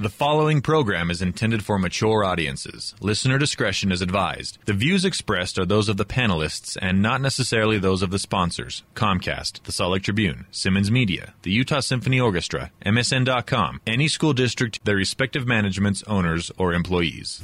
The following program is intended for mature audiences. Listener discretion is advised. The views expressed are those of the panelists and not necessarily those of the sponsors Comcast, the Salt Lake Tribune, Simmons Media, the Utah Symphony Orchestra, MSN.com, any school district, their respective managements, owners, or employees.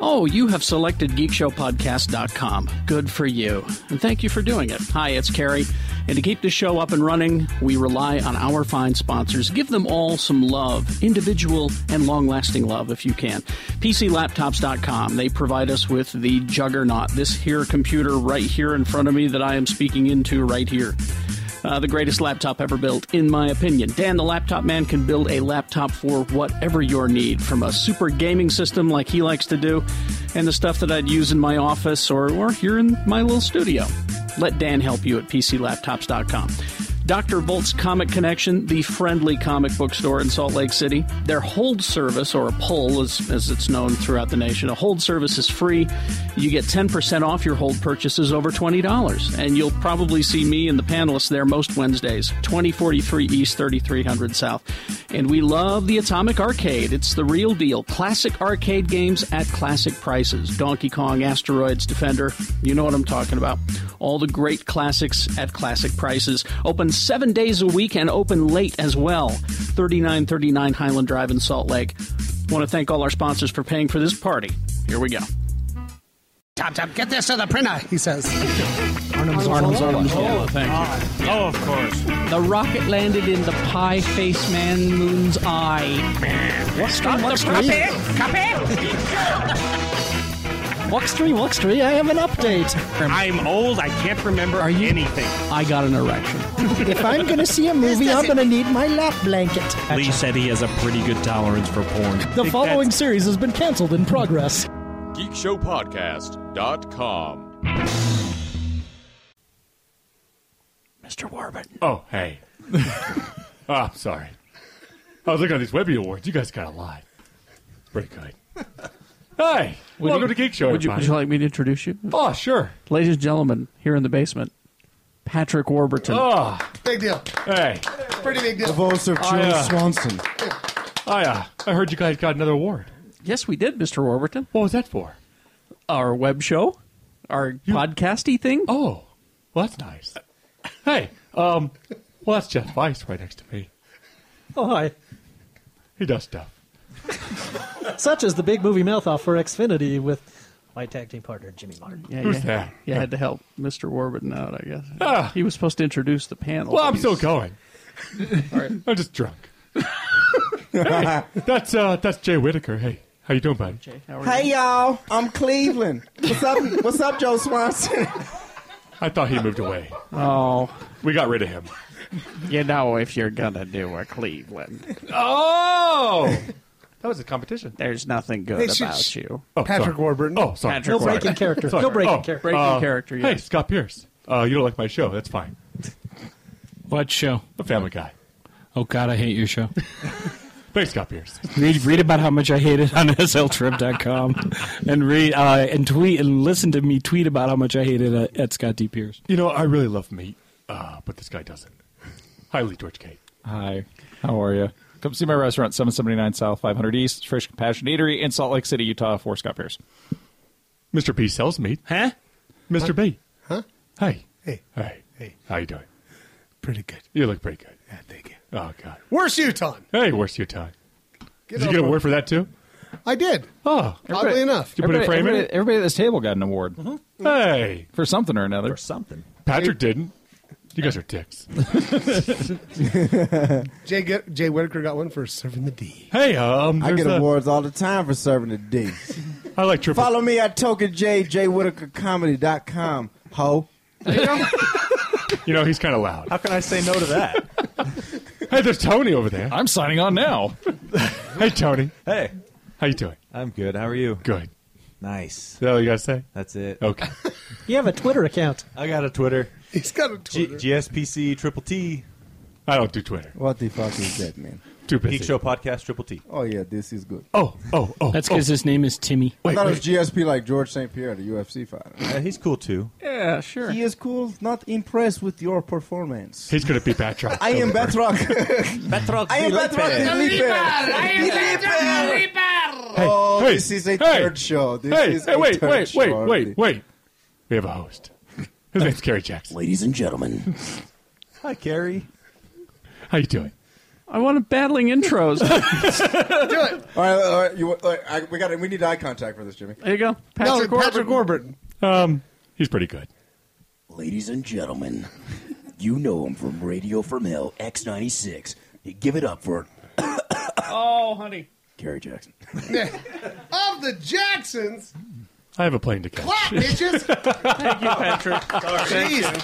Oh, you have selected geekshowpodcast.com. Good for you. And thank you for doing it. Hi, it's Carrie. And to keep the show up and running, we rely on our fine sponsors. Give them all some love, individual and long lasting love if you can. PCLaptops.com. They provide us with the juggernaut, this here computer right here in front of me that I am speaking into right here. Uh, the greatest laptop ever built, in my opinion. Dan the Laptop Man can build a laptop for whatever your need, from a super gaming system like he likes to do, and the stuff that I'd use in my office or, or here in my little studio. Let Dan help you at PCLaptops.com. Dr. Volt's Comic Connection, the friendly comic book store in Salt Lake City. Their hold service, or a pull as, as it's known throughout the nation, a hold service is free. You get 10% off your hold purchases over $20. And you'll probably see me and the panelists there most Wednesdays, 2043 East, 3300 South. And we love the Atomic Arcade. It's the real deal. Classic arcade games at classic prices Donkey Kong, Asteroids, Defender. You know what I'm talking about. All the great classics at classic prices. Open seven days a week and open late as well. 3939 Highland Drive in Salt Lake. Want to thank all our sponsors for paying for this party. Here we go. Top, top, get this to the printer, he says. Arnum's, Arnum's, Arnum's. Oh, thank you. Oh, of course. The rocket landed in the pie face man moon's eye. What stream? What stream? Copy? Wuxtree, Wuxtree, I have an update. I'm old. I can't remember Are you- anything. I got an erection. If I'm going to see a movie, I'm going to need my lap blanket. Lee said he has a pretty good tolerance for porn. The following series has been canceled in progress. geekshowpodcast.com. Mr. Warbin. Oh, hey. oh, I'm sorry. I was looking at these Webby Awards. You guys got a lot. It's pretty good. Hi. welcome you- to Geek Show, Would you, would everybody. you like me to introduce you? oh, sure. Ladies and gentlemen, here in the basement, Patrick Warburton. Oh, Big deal. hey. Pretty big deal. voice Oh, of Charles yeah. Swanson. I, uh, I heard you guys got another award. Yes, we did, Mr. Warburton. What was that for? Our web show, our podcasty thing. Oh, well, that's nice. Hey, um, well, that's Jeff Weiss right next to me. Oh, hi. He does stuff. Such as the big movie mouth off for Xfinity with my tag team partner, Jimmy Martin. yeah, Who's yeah. that? You had to help Mr. Warburton out, I guess. Ah. He was supposed to introduce the panel. Well, but I'm he's- still going. I'm just drunk. Hey, that's uh, that's Jay Whitaker. Hey, how you doing, buddy? How are you? Hey y'all, I'm Cleveland. What's up? What's up, Joe Swanson? I thought he moved away. Oh, We got rid of him. you know, if you're going to do a Cleveland, Oh, that was a competition. there's nothing good They should- about you. Oh, Patrick sorry. Warburton. Oh, sorry. Patrick No breaking character. Sorry. No breaking Oh. character. Breaking Uh, character, Hey, yes. Scott Pierce. Uh, you don't like my show? That's fine. What show? The Family Guy. Oh God, I hate your show. Thanks, Scott Pierce. read, read about how much I hate it on sltrip.com, and read uh, and tweet and listen to me tweet about how much I hate it at, at Scott D. Pierce. You know, I really love meat, uh, but this guy doesn't. Hi, Lee George Kate. Hi, how are you? Come see my restaurant, 779 South 500 East, Fresh Compassion Eatery in Salt Lake City, Utah, for Scott Pierce. Mr. P sells meat. Huh? Mr. B. Huh? Hey. Hey. Hey. Hey. How you doing? Pretty good. You look pretty good. Yeah, thank you. Oh God. Worst Utah. Hey, where's your time? Did you get a word for that too? I did. Oh, did Oddly enough. you put it in frame everybody, in? everybody at this table got an award Hey, for something or another. Something. Patrick didn't. You guys are dicks. Jay, Get- Jay Whitaker got one for serving the D. Hey, um, I there's get a- awards all the time for serving the D. I like triple. Follow me at Token J, jwhitakercomedy.com, ho. You know, he's kind of loud. How can I say no to that? Hey, there's Tony over there. I'm signing on now. Hey, Tony, Hey, how you doing? I'm good. How are you? Good. Nice. Is that all you gotta say? That's it. Okay. You have a Twitter account. I got a Twitter. He's got a G- Twitter. GSPC Triple T. I don't do Twitter. What the fuck is that, man? Too busy. Geek Show Podcast Triple T. Oh, yeah, this is good. Oh, oh, oh. That's oh. because his name is Timmy. I Wait, thought wait. it was GSP like George St. Pierre, the UFC fighter. Yeah, he's cool too. Yeah, sure. He is cool, not impressed with your performance. He's gonna be Batroc. I am Batroc. Betrox I am Batroc Felipe. Hey, oh, this is a hey, third show. This hey, is hey, a wait, third wait, show wait, already. wait, wait. We have a host. His name's Kerry Jackson. Ladies and gentlemen. Hi, Carrie. How you doing? I want battling intros. Do it. All right, all right, you, all right I, we got. We need eye contact for this, Jimmy. There you go, Patrick no, Warburton. Patrick Warburton. Um, he's pretty good. Ladies and gentlemen, you know him from Radio from Hell X96. Give it up for oh, honey. Gary Jackson. of the Jacksons. I have a plane to catch. Clap, bitches. Thank you, Patrick.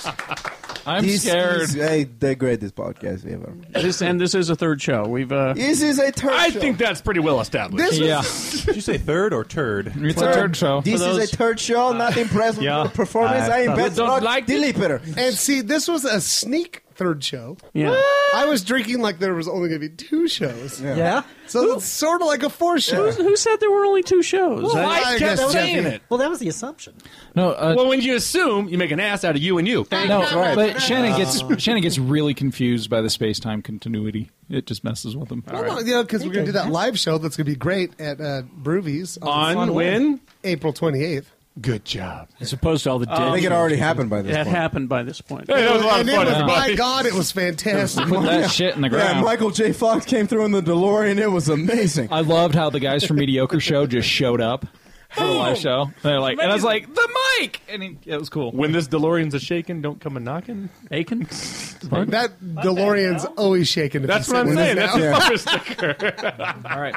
I'm This scared. Is, I degrade this podcast. We have a- This and this is a third show. We've uh, This is a turd I show. think that's pretty well established. This is- Did you say third or turd? It's a turd show. Uh, This is a third show. not impressed yeah. with the performance. I I am thought- best Don't not like it? deliver. And see, this was a sneak third show. Yeah. I was drinking like there was only going to be two shows. Yeah. Yeah? So it's sort of like a four show. Who's- who said there were only two shows? Well, I kept guess saying Jeffy- it. Well, that was the assumption. No, uh, well, when you assume, you make an ass out of you and you. no, but Shannon gets Um, Shannon gets really confused by the space time continuity. It just messes with him. Well, no, you know, because we're going to do that live show that's going to be great at uh, Broovies On when? April 28th. Good job. As opposed to all the dead I think it shows. already happened by this It point. happened by this point. Hey, that was a lot of And it fun, was- everybody. My God, it was fantastic. Yeah, Michael J. Fox came through in the DeLorean. It was amazing. I loved how the guys from Mediocre Show just showed up for the live show. And they're like, and I was like, the mic, and it, it was cool. When this DeLorean's a shaking, don't come a knocking. Aiken? That DeLorean's always shaking. if That's you what I'm sit saying. in it That's now. the bumper sticker. All right.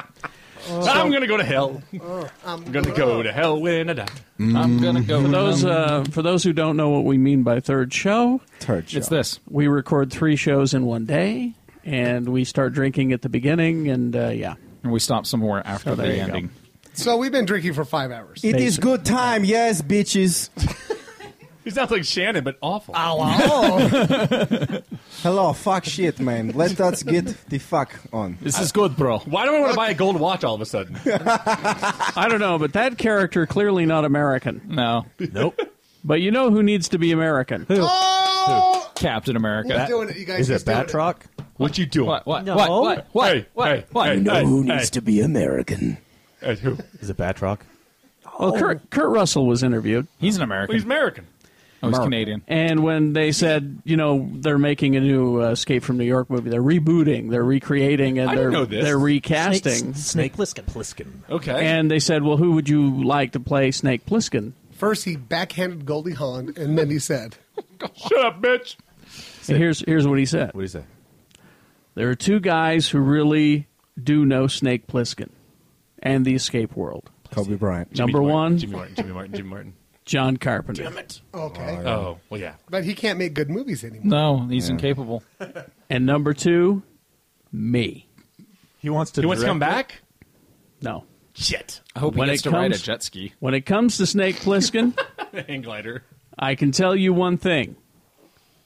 I'm going to go to hell. Oh, um, I'm going to go to hell when I die. Mm-hmm. I'm gonna go. For those uh, for those who don't know what we mean by third show, third It's this. we record three shows in one day, and we start drinking at the beginning, and uh, yeah, and we stop somewhere after the ending. So we've been drinking for five hours. It is good time, yes, bitches. He sounds like Shannon, but awful. Hello, fuck shit, man. Let us get the fuck on. This is good, bro. Why do I want to buy a gold watch all of a sudden? I don't know, but that character clearly not American. No, nope. But you know who needs to be American? Who? Oh! Captain America. We're doing it, you guys. He's doing it. What you doing? What? What? No. What? What? What? Hey, what? hey, what? hey, You know hey, who hey. needs to be American. Hey, who? Is it Batroc? Well, Oh, Kurt, Kurt Russell was interviewed. He's an American. Oh. He's American. Oh, he's American. Canadian. And when they said, you know, they're making a new uh, Escape from New York movie, they're rebooting, they're recreating, and I they're didn't know this. they're Snake, recasting. Snake Plissken. Plissken. Okay. And they said, well, who would you like to play Snake Plissken? First, he backhanded Goldie Hawn, and then he said, Shut up, bitch. And here's here's what he said. What do you say? There are two guys who really do know Snake Plissken and the escape world. Kobe Bryant. Number Martin, one, Jimmy Martin. Jimmy Martin. Jimmy Martin. John Carpenter. "Okay, Oh, well, yeah. but he can't make good movies anymore." No, he's incapable. And number two, me. He wants to. He wants to direct come it? back? No. Shit. I hope When he gets it to ride a comes- jet ski. When it comes to Snake Plissken, Hang glider. I can tell you one thing.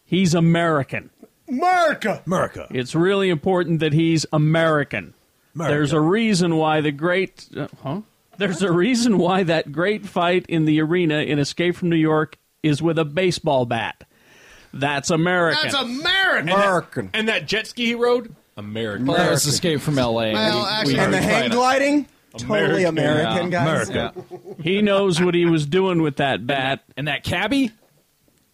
He's American. America. America. It's really important that he's American. America. There's a reason why the great uh, huh? There's a reason why that great fight in the arena in Escape from New York is with a baseball bat. That's American. That's American. American. And that jet ski he rode? American. Well, that was Escape from L.A. Well, actually- And the hang gliding? Totally American, Yeah. guys. he knows what he was doing with that bat. And that cabbie?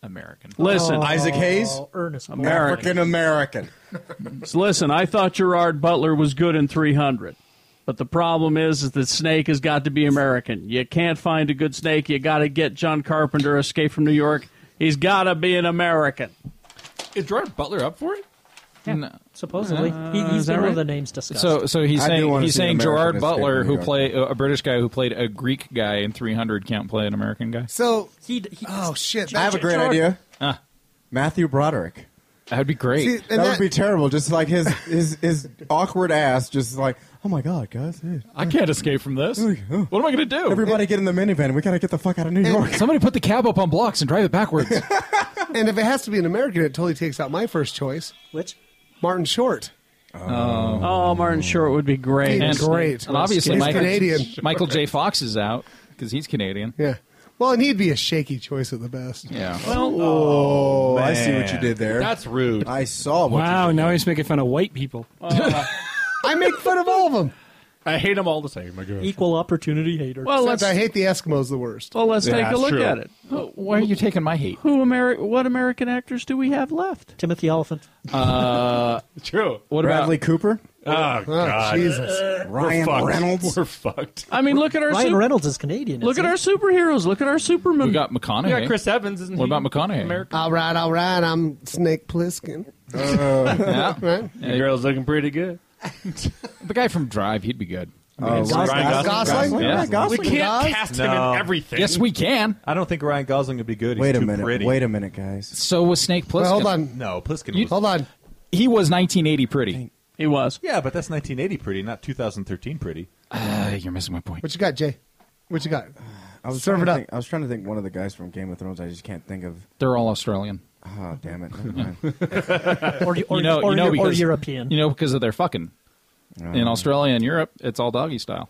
American. Listen, Isaac Hayes? Oh, Ernest. American. African American. Listen, I thought Gerard Butler was good in 300. But the problem is, is that Snake has got to be American. You can't find a good Snake. You got to get John Carpenter, Escape from New York. He's got to be an American. Is Gerard Butler up for it? No. Uh, Supposedly, he, is has that been one right? of the names discussed. So, so he's I do saying wanna he's see an saying American Gerard escape Butler, from who New played a British guy who played a Greek guy in 300, can't play an American guy. So, he, he, oh shit! I have a great idea. Ah. Matthew Broderick. That would be great. See, That, and would be terrible. Just like his his his awkward ass, just like, oh my god, guys, hey. I can't escape from this. What am I going to do? everybody get in the minivan. We gotta get the fuck out of New York. Somebody put the cab up on blocks and drive it backwards. and if it has to be an American, it totally takes out my first choice, which Martin Short. Oh, Martin Short would be great. He's great. And obviously, He's Michael, Canadian. Michael J. Fox is out because he's Canadian. Yeah. Well, and he'd be a shaky choice at the best. Yeah. Oh, I see what you did there. That's rude. I saw what Wow, you did. now he's making fun of white people. I make fun of all of them. I hate them all the same. My God. Equal opportunity hater. Well, let's, I hate the Eskimos the worst. Well, let's Yeah, take a it's look true. at it. Why are you taking my hate? Who Ameri- What American actors do we have left? Timothy Elephant. Uh, True. What Bradley Cooper? Oh, God. Jesus. We're Ryan fucked. Reynolds. We're fucked. I mean, look at our Ryan sup- Reynolds is Canadian. Look at our superheroes. Look at our Superman. We got McConaughey. Yeah, Chris Evans isn't. What he about McConaughey? American? All right, all right. I'm Snake Plissken. Uh, Oh. yeah. Right? The girl's looking pretty good. The guy from Drive, he'd be good. Oh, Gosling. Ryan Gosling? Gosling? Yeah, Gosling. We can't Gosling. cast him in everything. Yes, we can. I don't think Ryan Gosling would be good. He's Wait a too minute. Pretty. Wait a minute, guys. So was Snake Plissken. Well, hold on. No, Pliskin. You- was, hold on. He was 1980 pretty. He was. Yeah, but that's 1980 pretty, not 2013 pretty. Uh, you're missing my point. What you got, Jay? What you got? I was Serve trying it to up. think, I was trying to think one of the guys from Game of Thrones. I just can't think of. They're all Australian. Oh, damn it. Never mind. or, or, you know, or, you know or because, European. You know because of their fucking. In Australia and Europe, it's all doggy style.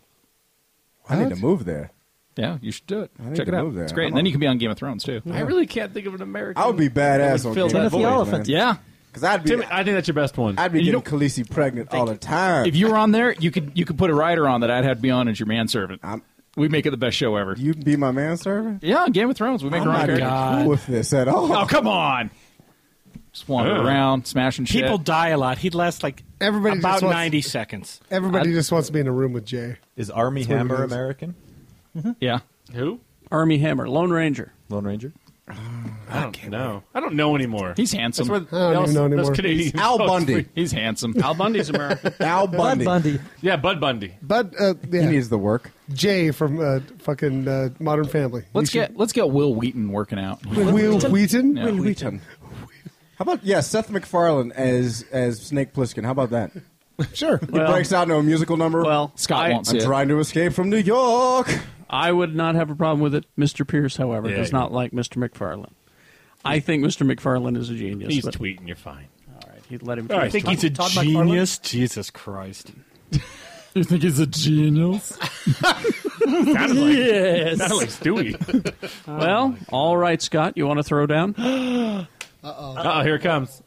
I need to move there. Yeah, you should do it. I need Check to it out. move there. It's great. I'm and then on- you can be on Game of Thrones too. I really can't think of an American. I would be badass on fill Game that of void, Thrones. man. man. Yeah. Because I'd be, Tim, I think that's your best one. I'd be You getting Khaleesi pregnant all the time. If you were on there, you could you could put a rider on that I'd have to be on as your manservant. we make it the best show ever. You'd be my manservant? yeah, on Game of Thrones, we make I'm our own not characters. cool with this at all. Oh come on! Just wander Ugh. around, smashing shit. People die a lot. He'd last like Everybody About just wants, 90 seconds. Everybody I- just wants to be in a room with Jay. Is Army That's what it Hammer is. American? Yeah. Who? Army Hammer, Lone Ranger. Lone Ranger? Uh, I don't know. I don't know anymore. He's handsome. That's where- I don't even know that's anymore. Canadian. Al Bundy. He's handsome. Al Bundy's American. Al Bundy. Yeah, Bud Bundy. But uh, yeah. He needs the work. Jay from uh, fucking uh, Modern Family. Let's You get let's get Will Wheaton working out. should- Will Wheaton. Yeah. Will Wheaton. How about yeah, Seth MacFarlane as as Snake Plissken? How about that? Sure. He Well- breaks out into a musical number. Well, Scott I- won't see I'm it. trying to escape from New York. I would not have a problem with it. Mr. Pierce, however, Yeah, does you- not like Mr. McFarlane. I think Mr. McFarlane is a genius. He's but tweeting. You're fine. All right, he'd let him. All right, tweet. Todd- Todd McFarlane? Jesus Christ. You think he's a genius? Sounded like, Yes. sounded like Stewie. Well, all right, Scott. You want to throw down? uh oh. here it comes.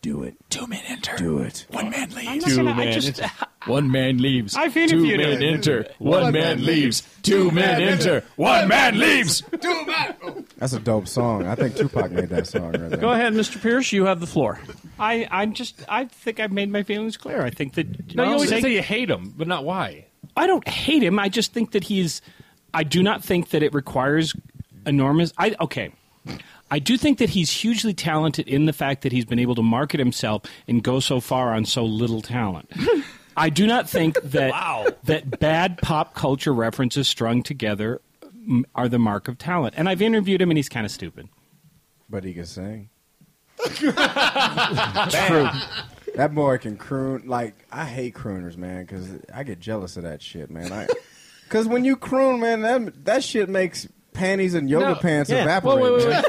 Do it. Two man enter. Do it. One man leaves. Two gonna- I man just- enter. One man leaves. I've Two interviewed men him. enter. One man leaves. Two men enter. One man leaves. That's a dope song. I think Tupac made that song right there. Go ahead, Mr. Pierce. You have the floor. I, I'm just. I think I've made my feelings clear. I think that. No, you always Snake- say you hate him, but not why. I don't hate him. I just think that he's. I do not think that it requires enormous. I okay. I do think that he's hugely talented in the fact that he's been able to market himself and go so far on so little talent. I do not think that that bad pop culture references strung together mm, are the mark of talent. And I've interviewed him, and he's kind of stupid. But he can sing. True. That boy can croon. Like I hate crooners, man, because I get jealous of that shit, man. Because when you croon, man, that that shit makes panties and yoga No. pants Yeah. evaporate. Whoa, wait, wait, man.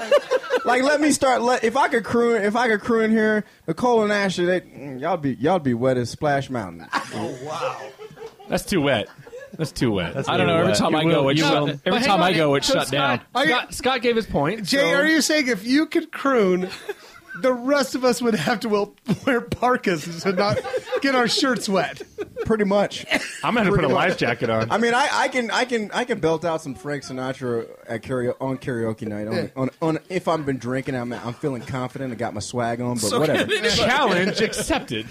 like let me start. Let, if I could croon, if I could croon here, Nicole and Ashley, they, mm, y'all be y'all be wet as Splash Mountain. Oh, That's too wet. That's too wet. I don't know. Every time I go, it it's shut, every time I go, it shut down. Scott, Scott gave his point. Jay, so- are you saying if you could croon, the rest of us would have to wel- wear parkas to not get our shirts wet? Pretty much. I'm gonna put a Pretty much. life jacket on. I mean, I, I can, I can, I can belt out some Frank Sinatra at karaoke, on karaoke night. On, Yeah. on, on, if I've been drinking, I'm, I'm feeling confident. I got my swag on, but So whatever. good. Challenge accepted.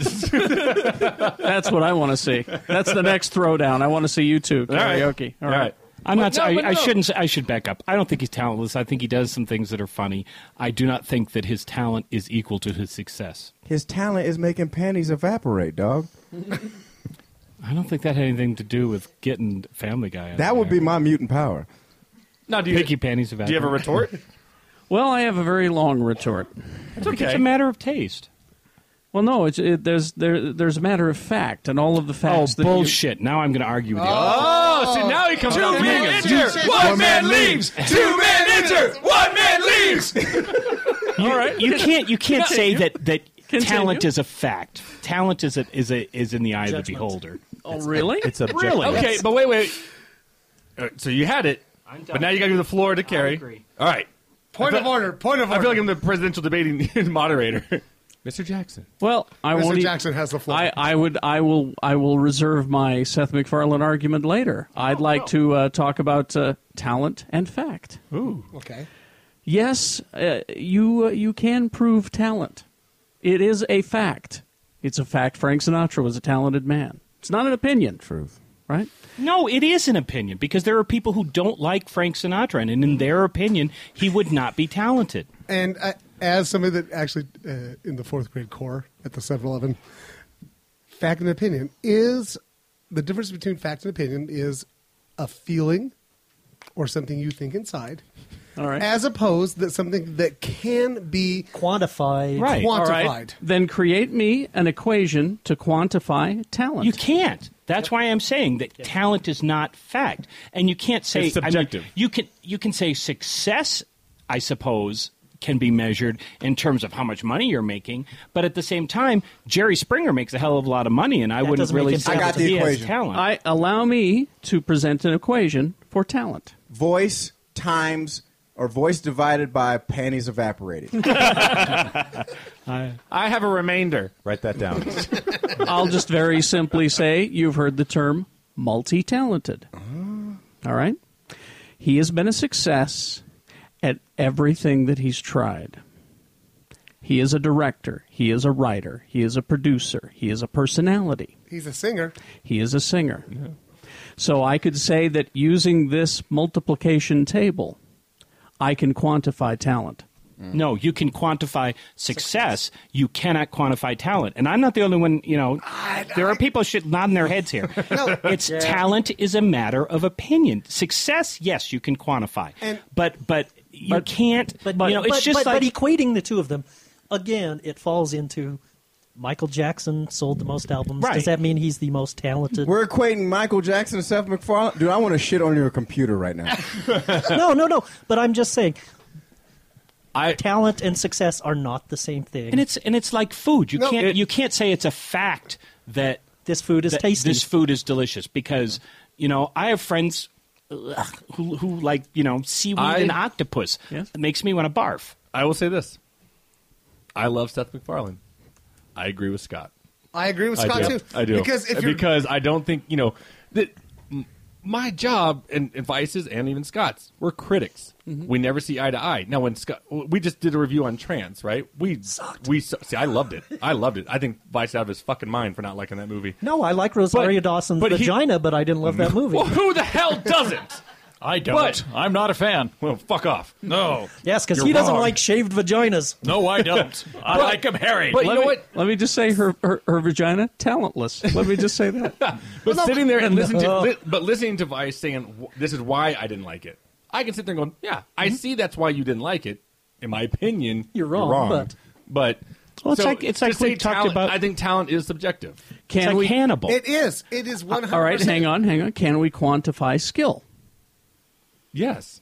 That's what I want to see. That's the next throwdown. I want to see you two karaoke. All right. I'm not. But no, I, but I no. shouldn't. Say, I should back up. I don't think he's talentless. I think he does some things that are funny. I do not think that his talent is equal to his success. His talent is making panties evaporate, dog. I don't think that had anything to do with getting Family Guy. That would be my mutant power. Now, do you, Pinky panties about. do you have a retort? Well, I have a very long retort. It's okay. It's a matter of taste. Well, no, it's it, there's there there's a matter of fact, and all of the facts. oh that you- bullshit! Now I'm going to argue with you. Oh, see, now he comes Two out the men biggest. enter. One man leaves. Two men enter. One man leaves. You, you can't. You can't say Continue. that that Continue. talent is a fact. Talent is a, is a, is in the eye of the beholder. Oh, really? It's objective. Really? Okay, but wait, wait. All right, so you had it, I'm done. but now you got to give the floor to Carrie. agree. All right. Point I of feel- order. Point of I order. feel like I'm the presidential debating moderator. Mr. Jackson. Well, I Mr. won't. e- Jackson has the floor. I, I would. I will. I will reserve my Seth MacFarlane argument later. I'd like to uh, talk about uh, talent and fact. Ooh. Okay. Yes, uh, you uh, you can prove talent. It is a fact. It's a fact. Frank Sinatra was a talented man. It's not an opinion. Truth. Right. No, it is an opinion because there are people who don't like Frank Sinatra, and in their opinion, he would not be talented. And I, as somebody that actually uh, in the fourth grade core at the 7 Eleven, fact and opinion is the difference between fact and opinion is a feeling or something you think inside. All right. As opposed that something that can be quantified. Right. All Quantified. right. Then create me an equation to quantify talent. You can't. That's why I'm saying that talent is not fact, and you can't say It's I mean, subjective. you can you can say success, I suppose, can be measured in terms of how much money you're making, but at the same time, Jerry Springer makes a hell of a lot of money, and I wouldn't really say that he has talent. I allow me to present an equation for talent. Voice times or voice divided by panties evaporated. I, I have a remainder. Write that down. I'll just very simply say you've heard the term multi-talented. All right? He has been a success at everything that he's tried. He is a director, he is a writer, he is a producer, he is a personality. He's a singer. He is a singer. So I could say that using this multiplication table, I can quantify talent. Mm. No, you can quantify success. You cannot quantify talent. And I'm not the only one, you know. there are people shit nodding their heads here. it's Yeah. talent is a matter of opinion. Success, yes, you can quantify. but but you can't But, you know, it's but- just but- like but equating the two of them, again, it falls into Michael Jackson sold the most albums. Right. Does that mean he's the most talented? We're equating Michael Jackson and Seth MacFarlane. Dude, I want to shit on your computer right now. no, no, no. But I'm just saying, talent and success are not the same thing. and it's and it's like food. You No. can't It- you can't say it's a fact that this food is tasty. This food is delicious because you know I have friends ugh, who who like you know seaweed I- and octopus. It makes me want to barf. I will say this. I love Seth MacFarlane. I agree with Scott. I agree with Scott I do. too. I do Because if you're because I don't think you know that m- my job and, and Vice's and even Scott's we're critics. Mm-hmm. We never see eye to eye. Now when Scott we just did a review on trans, right? We we su- see. I loved it. I loved it. I think Vice out of his fucking mind for not liking that movie. no, I like Rosario Dawson's but he- vagina, but I didn't love that movie. Well, who the hell doesn't? I don't. But- I'm not a fan. Well, fuck off. No. yes, because You're he doesn't wrong. like shaved vaginas. No, I don't. I But- like him hairy. let me, Let me just say her, her, her vagina, talentless. Let me just say that. But sitting there and listening to, No. li- but listening to Vice saying "W- this is why I didn't like it, I can sit there going, yeah, Mm-hmm. I see that's why you didn't like it. In my opinion, you're wrong, But, but- Well, it's so like- it's like to say we talked talent- about- I think talent is subjective. Can we It is. It is one hundred. All right, hang on, hang on. Can we quantify skill? Yes.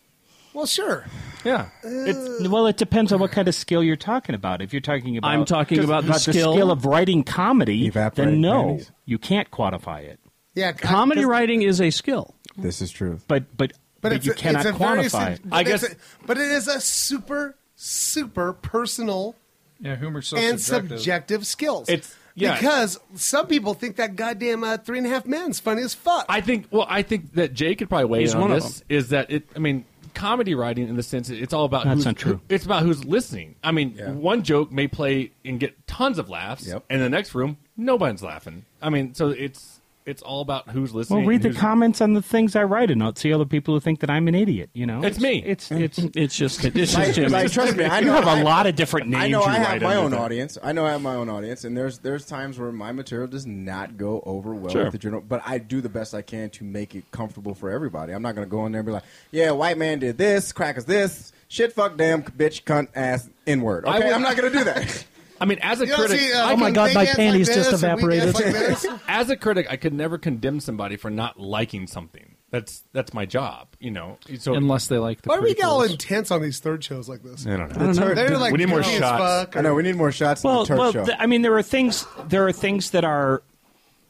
Well, sure. Yeah. It's, well, it depends on what kind of skill you're talking about. If you're talking about, Uh. I'm talking about the skill- of writing comedy, then no, panties. you can't quantify it. Yeah, comedy writing is a skill. This is true. But but but, you cannot very quantify. it. sig- but it's a- but it is a super, super personal Yeah, humor's so and subjective. subjective. skills. It's- yeah. because some people think that goddamn uh, three and a half men's funny as fuck. I think. Well, I think that Jay could probably weigh He's in on one of this. Is that it? I mean, comedy writing in the sense that it's all about That's who's, not true. who- it's about who's listening. I mean, one joke may play and get tons of laughs, and the next room nobody's laughing. I mean, so it's it's all about who's listening. Well, read and the who's- comments on the things I write, and not see other people who think that I'm an idiot. You know, It's me. It's it's it's just it's just Like- Jimmy. like, trust me, I you know- have a I- lot of different names. I know you I write have my under own the- audience. I know I have my own audience, and there's there's times where my material does not go over well Sure. with the general. But I do the best I can to make it comfortable for everybody. I'm not going to go in there and be like, "Yeah, white man did this, crackers this, shit, fuck, damn, bitch, cunt, ass, n word." I Okay, would- I'm not going to do that. I mean, as a You don't critic, see, uh, I Oh my can- God, they my dance panties like just this and we dance evaporated. like this. as a critic, I could never condemn somebody for not liking something. That's that's my job, you know. So unless they like the Why do we get all intense on these third shows like this? I don't know. I don't know. They're like funny as fuck, or- I know we need more shots. Well, in the Turk well, show. th- I mean, there are things there are things that are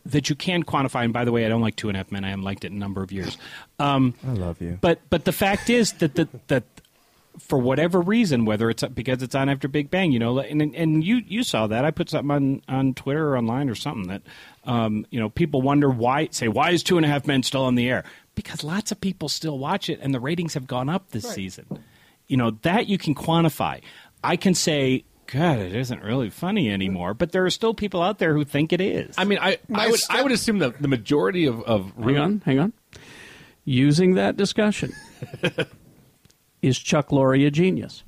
that you can quantify. And by the way, I don't like Two and a Half Men. I haven't liked it in a number of years. Um, I love you. But but the fact is that the, that for whatever reason, whether it's because it's on after Big Bang, you know, and and you you saw that I put something on on Twitter or online or something that, um, you know, people wonder why say why is Two and a Half Men still on the air because lots of people still watch it and the ratings have gone up this season, you know that you can quantify. I can say. God, it isn't really funny anymore, but there are still people out there who think it is. I mean, I, I would I would assume that the majority of of Hang on, hang on. Using that discussion, is Chuck Lorre a genius?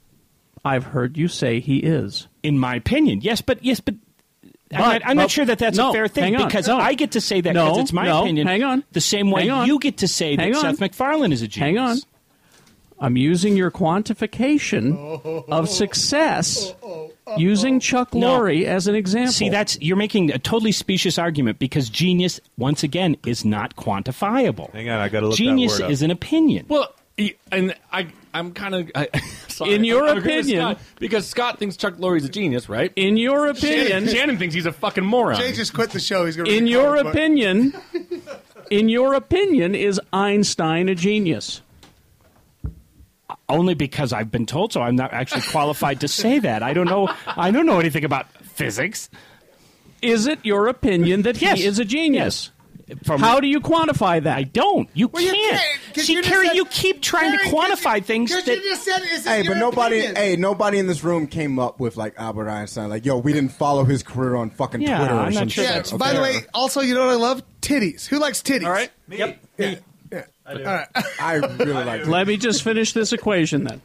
I've heard you say he is. In my opinion, yes, but yes, but I'm not- I'm not sure that that's a no, fair thing hang on. because No. I get to say that No, 'cause it's my no, opinion. Hang on, The same way Hang on. you get to say that Hang on. Seth MacFarlane is a genius. Hang on, I'm using your quantification of success using Chuck Lorre as an example. See, that's you're making a totally specious argument because genius, once again, is not quantifiable. Hang on, I got to look that Genius word up. is an opinion. Well, e- and I, I'm kind of In your opinion- because Scott thinks Chuck Lorre's a genius, right? In your Shannon, opinion- Shannon thinks he's a fucking moron. Jay just quit the show. He's gonna in read your Colin's book. opinion, in your opinion, is Einstein a genius? Only because I've been told so. I'm not actually qualified to say that. I don't know. I don't know anything about physics. Is it your opinion that Yes. he is a genius? How do you quantify that? I don't. You can't. See, Carrie, you keep trying to quantify things that. Hey, but nobody, hey, nobody in this room came up with like Albert Einstein. Like, yo, we didn't follow his career on fucking Yeah, Twitter or I'm not some sure shit. Yeah, okay? By the way, also, you know what I love? Titties. Who likes titties? All right. Yep. Yeah. yeah. I do. All right. I really like Let me just finish this equation then.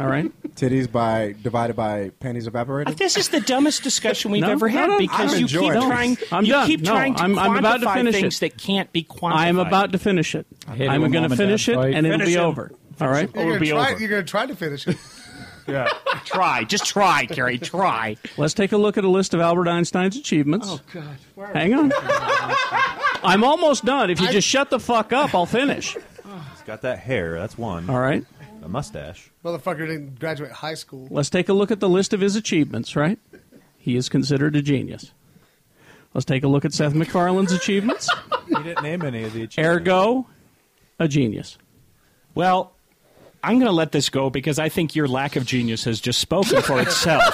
All right. titties by divided by panties evaporated. This is the dumbest discussion we've No, ever no, had no, because I'm you keep enjoying this. trying. I'm you done. keep No, trying to I'm- I'm about to quantify finish things it. that can't be quantified. I am about to finish it. hate it when I'm going Mom to and finish Dad it, fight. and it'll Finish be it. over. All right. You're gonna try- You're going to try to finish it. Yeah. try. Just try, Gary. Try. Let's take a look at a list of Albert Einstein's achievements. Oh God. Hang on. I'm almost done. If you just shut the fuck up, I'll finish. He's got that hair. That's one. All right. A mustache. Motherfucker didn't graduate high school. Let's take a look at the list of his achievements, right? He is considered a genius. Let's take a look at Seth MacFarlane's achievements. He didn't name any of the Ergo, a genius. Well, I'm going to let this go because I think your lack of genius has just spoken for itself.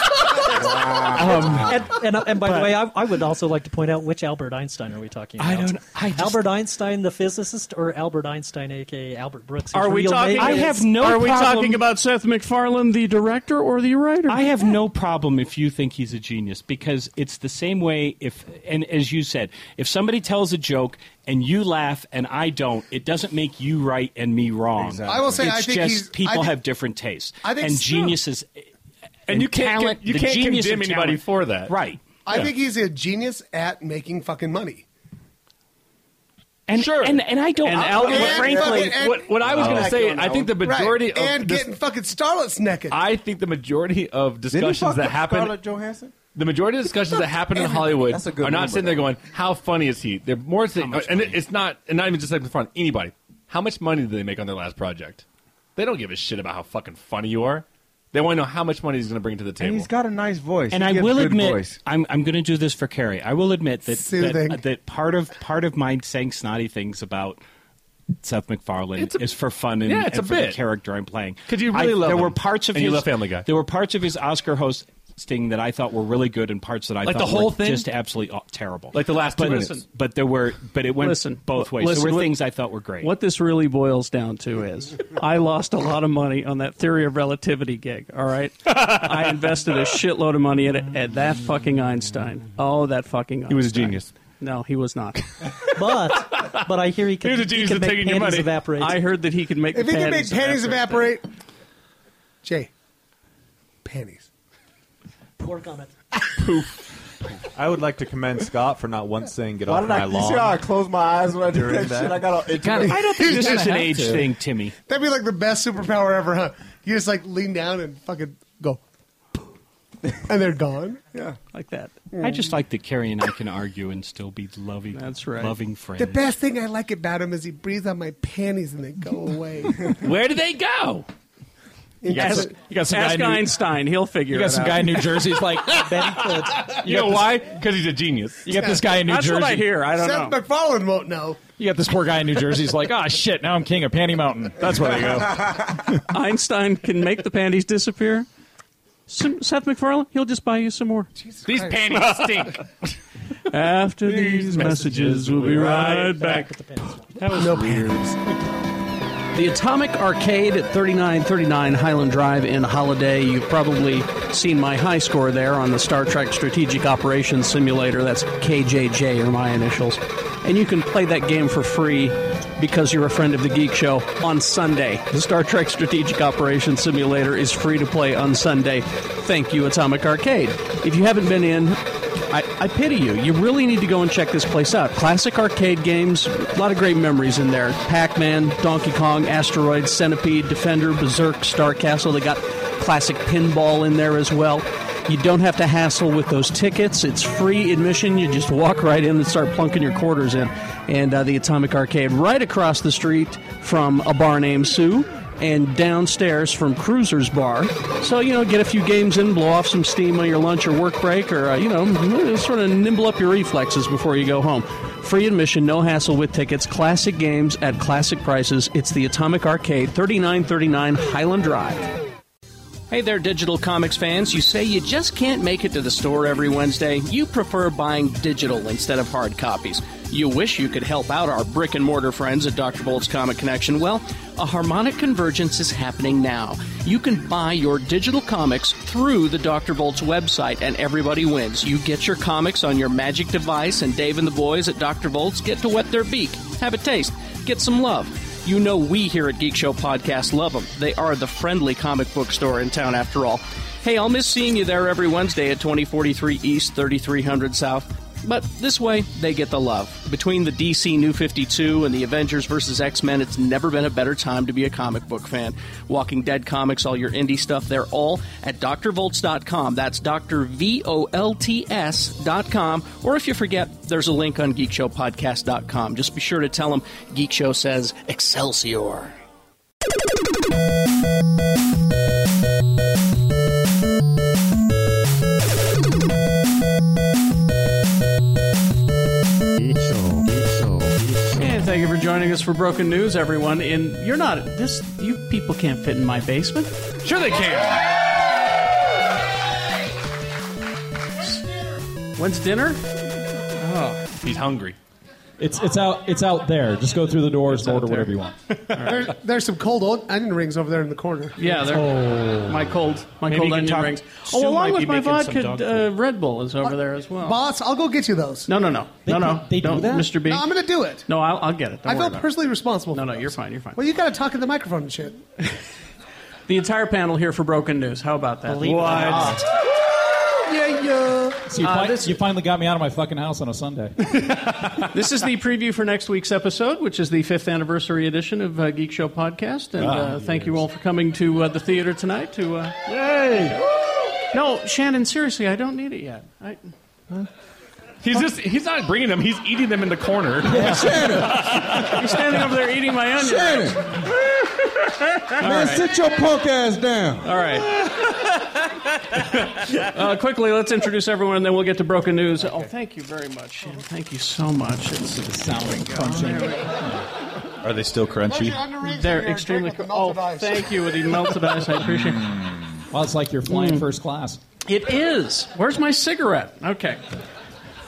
Um, and, and, and by the way, I, I would also like to point out which Albert Einstein are we talking about? I don't- I just- Albert Einstein, the physicist, or Albert Einstein, aka Albert Brooks? whose Are we real talking? name I is- have no. problem- about Seth MacFarlane, the director or the writer? I have no problem if you think he's a genius because it's the same way if and as you said, if somebody tells a joke and you laugh and I don't, it doesn't make you right and me wrong. I will say it's I think just he's- I people think- have different tastes. I think and so. geniuses and, And you can't- talent, you the can't genius condemn of anybody talent. for that. Right. I Yeah. think he's a genius at making fucking money. and, sure. and and I don't And I- Albert- but frankly fucking- and- what, what I was Oh. going to say, I think the Right. majority of And dis- getting fucking starlets naked. I think the majority of discussions that happen, Scarlett Johansson. the majority of discussions that happen in Every- Hollywood that's a good are not number, sitting there going, "How funny is he?" They're more saying, much and it- it's not, and not even just like in front of anybody. How much money did they make on their last project? They don't give a shit about how fucking funny you are. They want to know how much money he's going to bring to the table. And he's got a nice voice. And He I gets will good admit, voice. I'm I'm going to do this for Carrie. I will admit that Soothing. that, that part of part of my saying snotty things about Seth MacFarlane is for fun and, Yeah, it's and a for the bit. character I'm playing. Could you really love There him? were parts of And you his love Family Guy. There were parts of his Oscar hosting that I thought were really good, and parts that I Like thought the whole were thing? just absolutely aw- terrible. Like the last two but, minutes. But there were, but it went Listen, both l- ways. listen, there were what- things I thought were great. What this really boils down to is I lost a lot of money on that theory of relativity gig, all right? I invested a shitload of money in it at that fucking Einstein. Oh, that fucking Einstein. He was a genius. No, he was not. but but I hear he can, Here's a he genius can that's make taking your panties money. evaporate. I heard that he can make if the he can make panties panties evaporate, Jay, panties. Work on it. I would like to commend Scott for not once saying "get Why off did my I? You lawn." see how Oh, I closed my eyes when I did During that, that. shit? I got all. It, God, I don't think He's this gonna is an have age to. thing, Timmy. That'd be like the best superpower ever, huh? You just like lean down and fucking go, and they're gone. Yeah, like that. I just like that Carrie and I can argue and still be loving, That's right. loving friends. The best thing I like about him is he breathes on my panties and they go away. Where do they go? You got Ask, some- you got some guy ask in New- Einstein. He'll figure You got it some out. guy in New Jersey's like, you know why? Because he's a genius. You got this guy in New That's Jersey. what I hear. I don't Seth know. MacFarlane won't know. You got this poor guy in New Jersey. He's like, ah, shit. Now I'm king of Panty Mountain. That's where they go. Einstein can make the panties disappear. Some, Seth MacFarlane, he'll just buy you some more. These panties stink. After these messages, we'll be right back. That was no weird. The Atomic Arcade at 3939 Highland Drive in Holiday. You've probably seen my high score there on the Star Trek Strategic Operations Simulator. That's KJJ, or my initials. And you can play that game for free because you're a friend of the Geek Show on Sunday. The Star Trek Strategic Operations Simulator is free to play on Sunday. Thank you, Atomic Arcade. If you haven't been in, I, I pity you. You really need to go and check this place out. Classic arcade games, a lot of great memories in there. Pac Man, Donkey Kong, Asteroid, Centipede, Defender, Berserk, Star Castle. They got classic pinball in there as well. You don't have to hassle with those tickets. It's free admission. You just walk right in and start plunking your quarters in. And uh, the Atomic Arcade, right across the street from a bar named Sue and downstairs from Cruiser's Bar. So, you know, get a few games in, blow off some steam on your lunch or work break, or, uh, you know, sort of nimble up your reflexes before you go home. Free admission, no hassle with tickets, classic games at classic prices. It's the Atomic Arcade, 3939 Highland Drive. Hey there, digital comics fans. You say you just can't make it to the store every Wednesday. You prefer buying digital instead of hard copies. You wish you could help out our brick and mortar friends at Dr. Bolt's Comic Connection. Well, a harmonic convergence is happening now. You can buy your digital comics through the Dr. Bolt's website, and everybody wins. You get your comics on your magic device, and Dave and the boys at Dr. Bolt's get to wet their beak, have a taste, get some love. You know we here at Geek Show Podcast love them. They are the friendly comic book store in town after all. Hey, I'll miss seeing you there every Wednesday at 2043 East, 3300 South. But this way, they get the love. Between the DC New 52 and the Avengers vs. X Men, it's never been a better time to be a comic book fan. Walking Dead comics, all your indie stuff, they're all at drvolts.com. That's drvolts.com. Or if you forget, there's a link on geekshowpodcast.com. Just be sure to tell them Geek Show says Excelsior. And thank you for joining us for Broken News, everyone. And you're not this. You people can't fit in my basement. Sure they can. When's dinner? Oh. he's hungry. It's it's out it's out there. Just go through the doors and order whatever you want. There, there's some cold old onion rings over there in the corner. Yeah, they're, my cold, my Maybe cold you can onion talk- rings. Sue Oh, along might with be my making some vodka, dog uh, Red Bull is over there as well. Boss, I'll go get you those. No, no, no, no, no, no, Mr. B. No, I'm going to do it. No, I'll, I'll get it. Don't I worry feel about it. personally responsible. No, no, you're fine. You're fine. Well, you got to talk in the microphone and shit. The entire panel here for Broken News. How about that? Believe it or What? not. Yeah, yeah. So you, Uh, fin- you finally got me out of my fucking house on a Sunday. this is the preview for next week's episode, which is the fifth anniversary edition of uh, Geek Show Podcast. And Ah, uh, thank you all for coming to uh, the theater tonight. To uh, yay! No, Shannon, seriously, I don't need it yet. I, He's just—he's not bringing them. He's eating them in the corner. You're standing over there eating my onion. Shannon. All Man, right. sit your punk ass down. All right. Uh, quickly, let's introduce everyone, and then we'll get to broken news. Oh, thank you very much. Shannon. Thank you so much. It's sounding Are they still crunchy? They're extremely. Cr- oh, thank you with the melted ice. I appreciate. it. Well, it's like you're flying Mm. first class. It is. Where's my cigarette? Okay.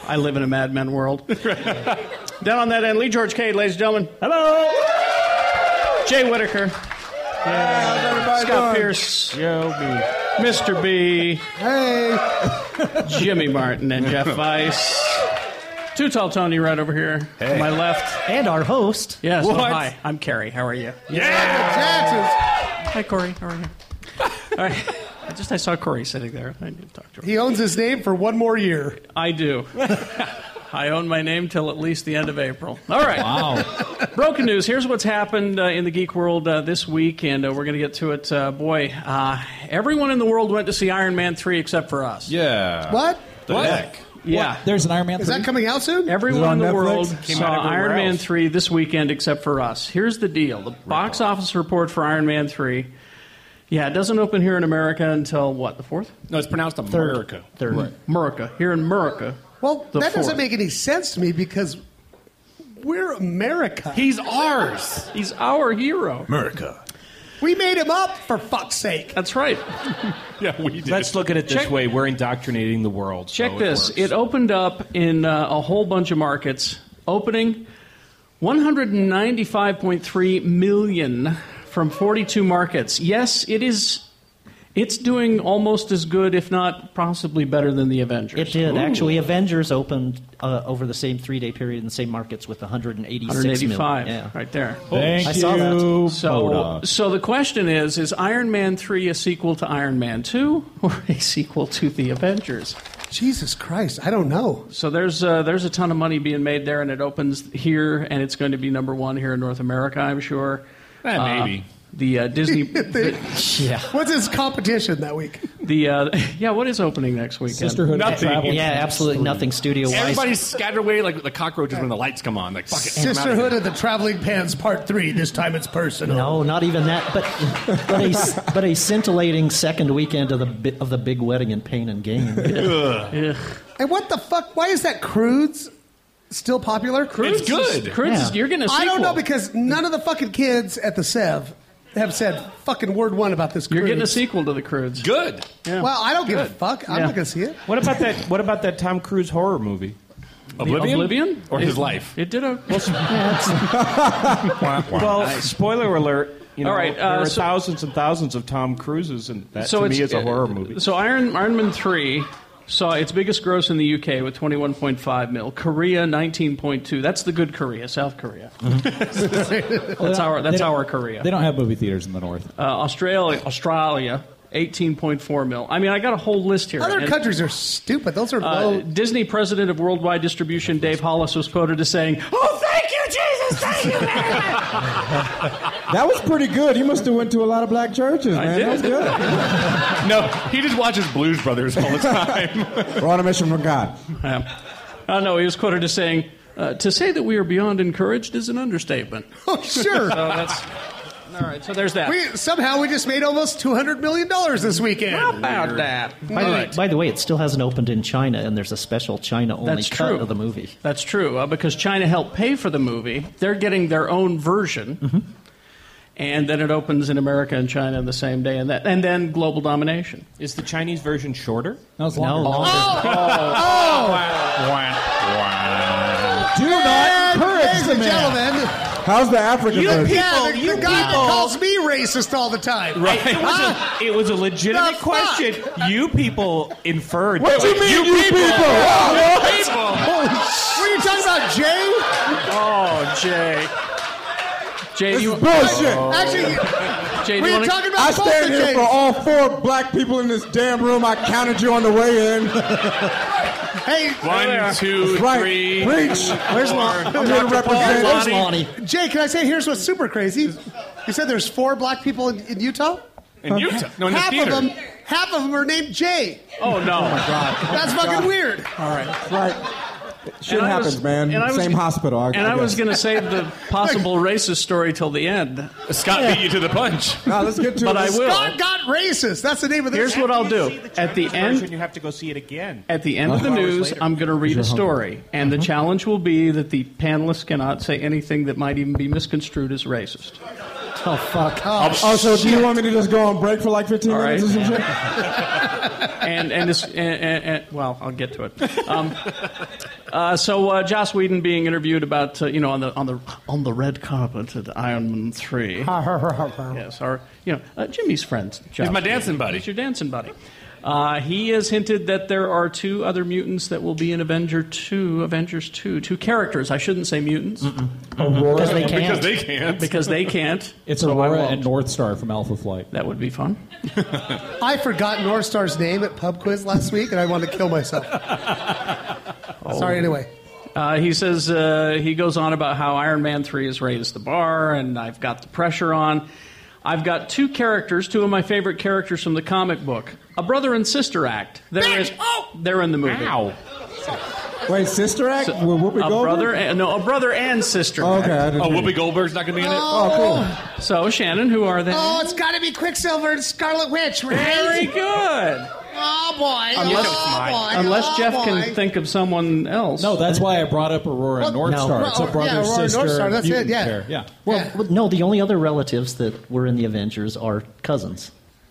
I live in a Mad Men world. Down on that end, Lee George Cade, ladies and gentlemen. Hello. Jay Whitaker. Scott Pierce. Yo, B. Mr. B. Hey. Jimmy Martin and Jeff Weiss. Too Tall Tony right over here Hey. to my left. And our host. Yes. oh, What? hi. I'm Carrie. How are you? Hi, Corey. How are you? All right. I just I saw Corey sitting there. I need to talk to him. He owns his name for one more year. I do. I own my name till at least the end of April. All right. Wow. Broken news. Here's what's happened uh, in the geek world uh, this week, and uh, we're going to get to it. Uh, boy, uh, everyone in the world went to see Iron Man 3 except for us. Yeah. What? The What? heck? Yeah. There's an Iron Man. Is that coming out soon? Everyone in the world Came saw out everywhere Iron Man else. 3 this weekend except for us. Here's the deal the box office report for Iron Man 3. Yeah, it doesn't open here in America until what, the 4th? No, it's pronounced America. Third. America. Here in America. Well, the that doesn't fourth. make any sense to me because We're America. He's ours. He's our hero. America. We made him up for fuck's sake. That's right. yeah, we did. Let's look at it this Check- way: we're indoctrinating the world. Check so it this. works. It opened up in uh, a whole bunch of markets. Opening 195.3 million from 42 markets. Yes, it is. It's doing almost as good, if not possibly better, than the Avengers. It did. Actually, Avengers opened uh, over the same three day period in the same markets with 186 million. 185, Yeah. right there. Thank I saw that. you, So, Boda. so the question is: Is Iron Man three a sequel to Iron Man two, or a sequel to the Avengers? Jesus Christ, I don't know. So there's uh, there's a ton of money being made there, and it opens here, and it's going to be number one here in North America, I'm sure. Eh, maybe. the uh, Disney. yeah. What's his competition that week? The uh, yeah, what is opening next weekend? Sisterhood of Nothing. Travel. Yeah, absolutely nothing studio-wise. Everybody's scattered away like the cockroaches when the lights come on. Like fuck it. I'm outta here. Sisterhood of the Traveling Pants Part 3. This time it's personal. No, not even that. But but a, but a scintillating second weekend of the bi- of the big wedding in Pain and Gain. And what the fuck? Why is that Crudes still popular? Crudes, It's good. is- Crudes is- you're getting a I don't sequel. know because none of the fucking kids at the Sev have said fucking word one about this. Crudes. You're getting a sequel to the Crudes. Good. Well, I don't give a Good. fuck. I'm Yeah. not gonna see it. What about that? What about that Tom Cruise horror movie? The Oblivion? or his It- life? It did a. well, spoiler alert. You know, All right, there uh, are so- thousands and thousands of Tom Cruises, and that to me it's- is a horror movie. So Iron Iron Man three saw its biggest gross in the UK with 21.5 mil. Korea 19.2. That's the good Korea, South Korea. that's our that's our Korea. They don't have movie theaters in the north. Uh, Australia Australia 18.4 mil. I mean, I got a whole list here. Other And- countries are stupid. Those are uh, low. Disney president of worldwide distribution Dave Hollis was quoted as saying, "Oh, thank you, Jesus, thank you." That was pretty good. You must have went to a lot of black churches, man. That was good. no, he just watches Blues Brothers all the time. We're on a mission from God. Yeah. Uh, no, he was quoted as saying, uh, "To say that we are beyond encouraged is an understatement." Oh, sure. so that's all right. So there's that. We, somehow we just made almost two hundred million dollars this weekend. How about that? By the, way, by the way, it still hasn't opened in China, and there's a special China-only That's cut true. of the movie. That's true uh, because China helped pay for the movie. They're getting their own version, Mm-hmm. and then it opens in America and China the same day, and that, and then global domination. Is the Chinese version shorter? No, it's longer. No, longer. Oh! Oh, Do not Ladies encourage the and man. gentlemen, How's the African you version? people, the, you the guy people. that calls me racist all the time. Ah. Right. It, was Huh? a, it was a legitimate question. You people inferred. What that- you mean, you people? Oh, What? people. What are you talking about, Jay? Oh, Jay. Jay, This you, is bullshit. Actually, Jay, do we you want to talking about I stand here for all four black people in this damn room. I counted you on the way in. hey, One, two, That's right. three, Preach. Where's four. Lonnie? I'm here to represent. Jay, can I say here's what's super crazy? You said there's four black people in, in Utah. In Utah? No, in the half theater. of them, half of them are named Jay. Oh no! Oh, my God. That's Oh, my fucking God. weird. All right. Right. Shit And I happens, was- man. and I was Same gonna- hospital. I, And I, was guess. going to save the possible racist story till the end. Scott beat you to the punch. No, let's get to but it. I will. Scott got racist. That's the name of this. Here's what I'll do. At the Chinese end, version, you have to go see it again. At the end of the Hours news, later. I'm going to read a story, and the challenge will be that the panelists cannot say anything that might even be misconstrued as racist. Oh fuck! Also, do you want me to just go on break for like 15 All minutes or some shit? And and this and, and, and well, I'll get to it. Um, uh, so uh, Joss Whedon being interviewed about uh, you know on the on the on the red carpet at Iron Man three. yes, or you know uh, Jimmy's friend. Joss my dancing Whedon. buddy. He's your dancing buddy. Uh, he has hinted that there are two other mutants that will be in Avenger two, Avengers two, two characters. I shouldn't say mutants. Aurora. Because they Because can't. they can't. Because they can't. It's So I Aurora won't. and North Star from Alpha Flight. That would be fun. I forgot North Star's name at pub quiz last week, and I wanted to kill myself. Sorry, anyway. Oh. Uh, he says uh, he goes on about how Iron Man three has raised the bar, and I've got the pressure on. I've got two characters, two of my favorite characters from the comic book, a brother and sister act. They're in, they're in the movie. Wait, Sister Act? Will Whoopi A Goldberg? brother, and, no, a brother and sister. Oh, okay, I act. didn't Oh, Whoopi Goldberg's not going to be in it. Oh, Oh, So Shannon, who are they? Oh, it's got to be Quicksilver and Scarlet Witch. Right? Very good. Oh boy. Unless, oh, boy. unless oh, Jeff boy. can think of someone else. No, that's why I brought up Aurora and North Star. It's a brother, Aurora, North sister. Star, that's it, mutant yeah. pair. Yeah. Well, but no, the only other relatives that were in the Avengers are cousins.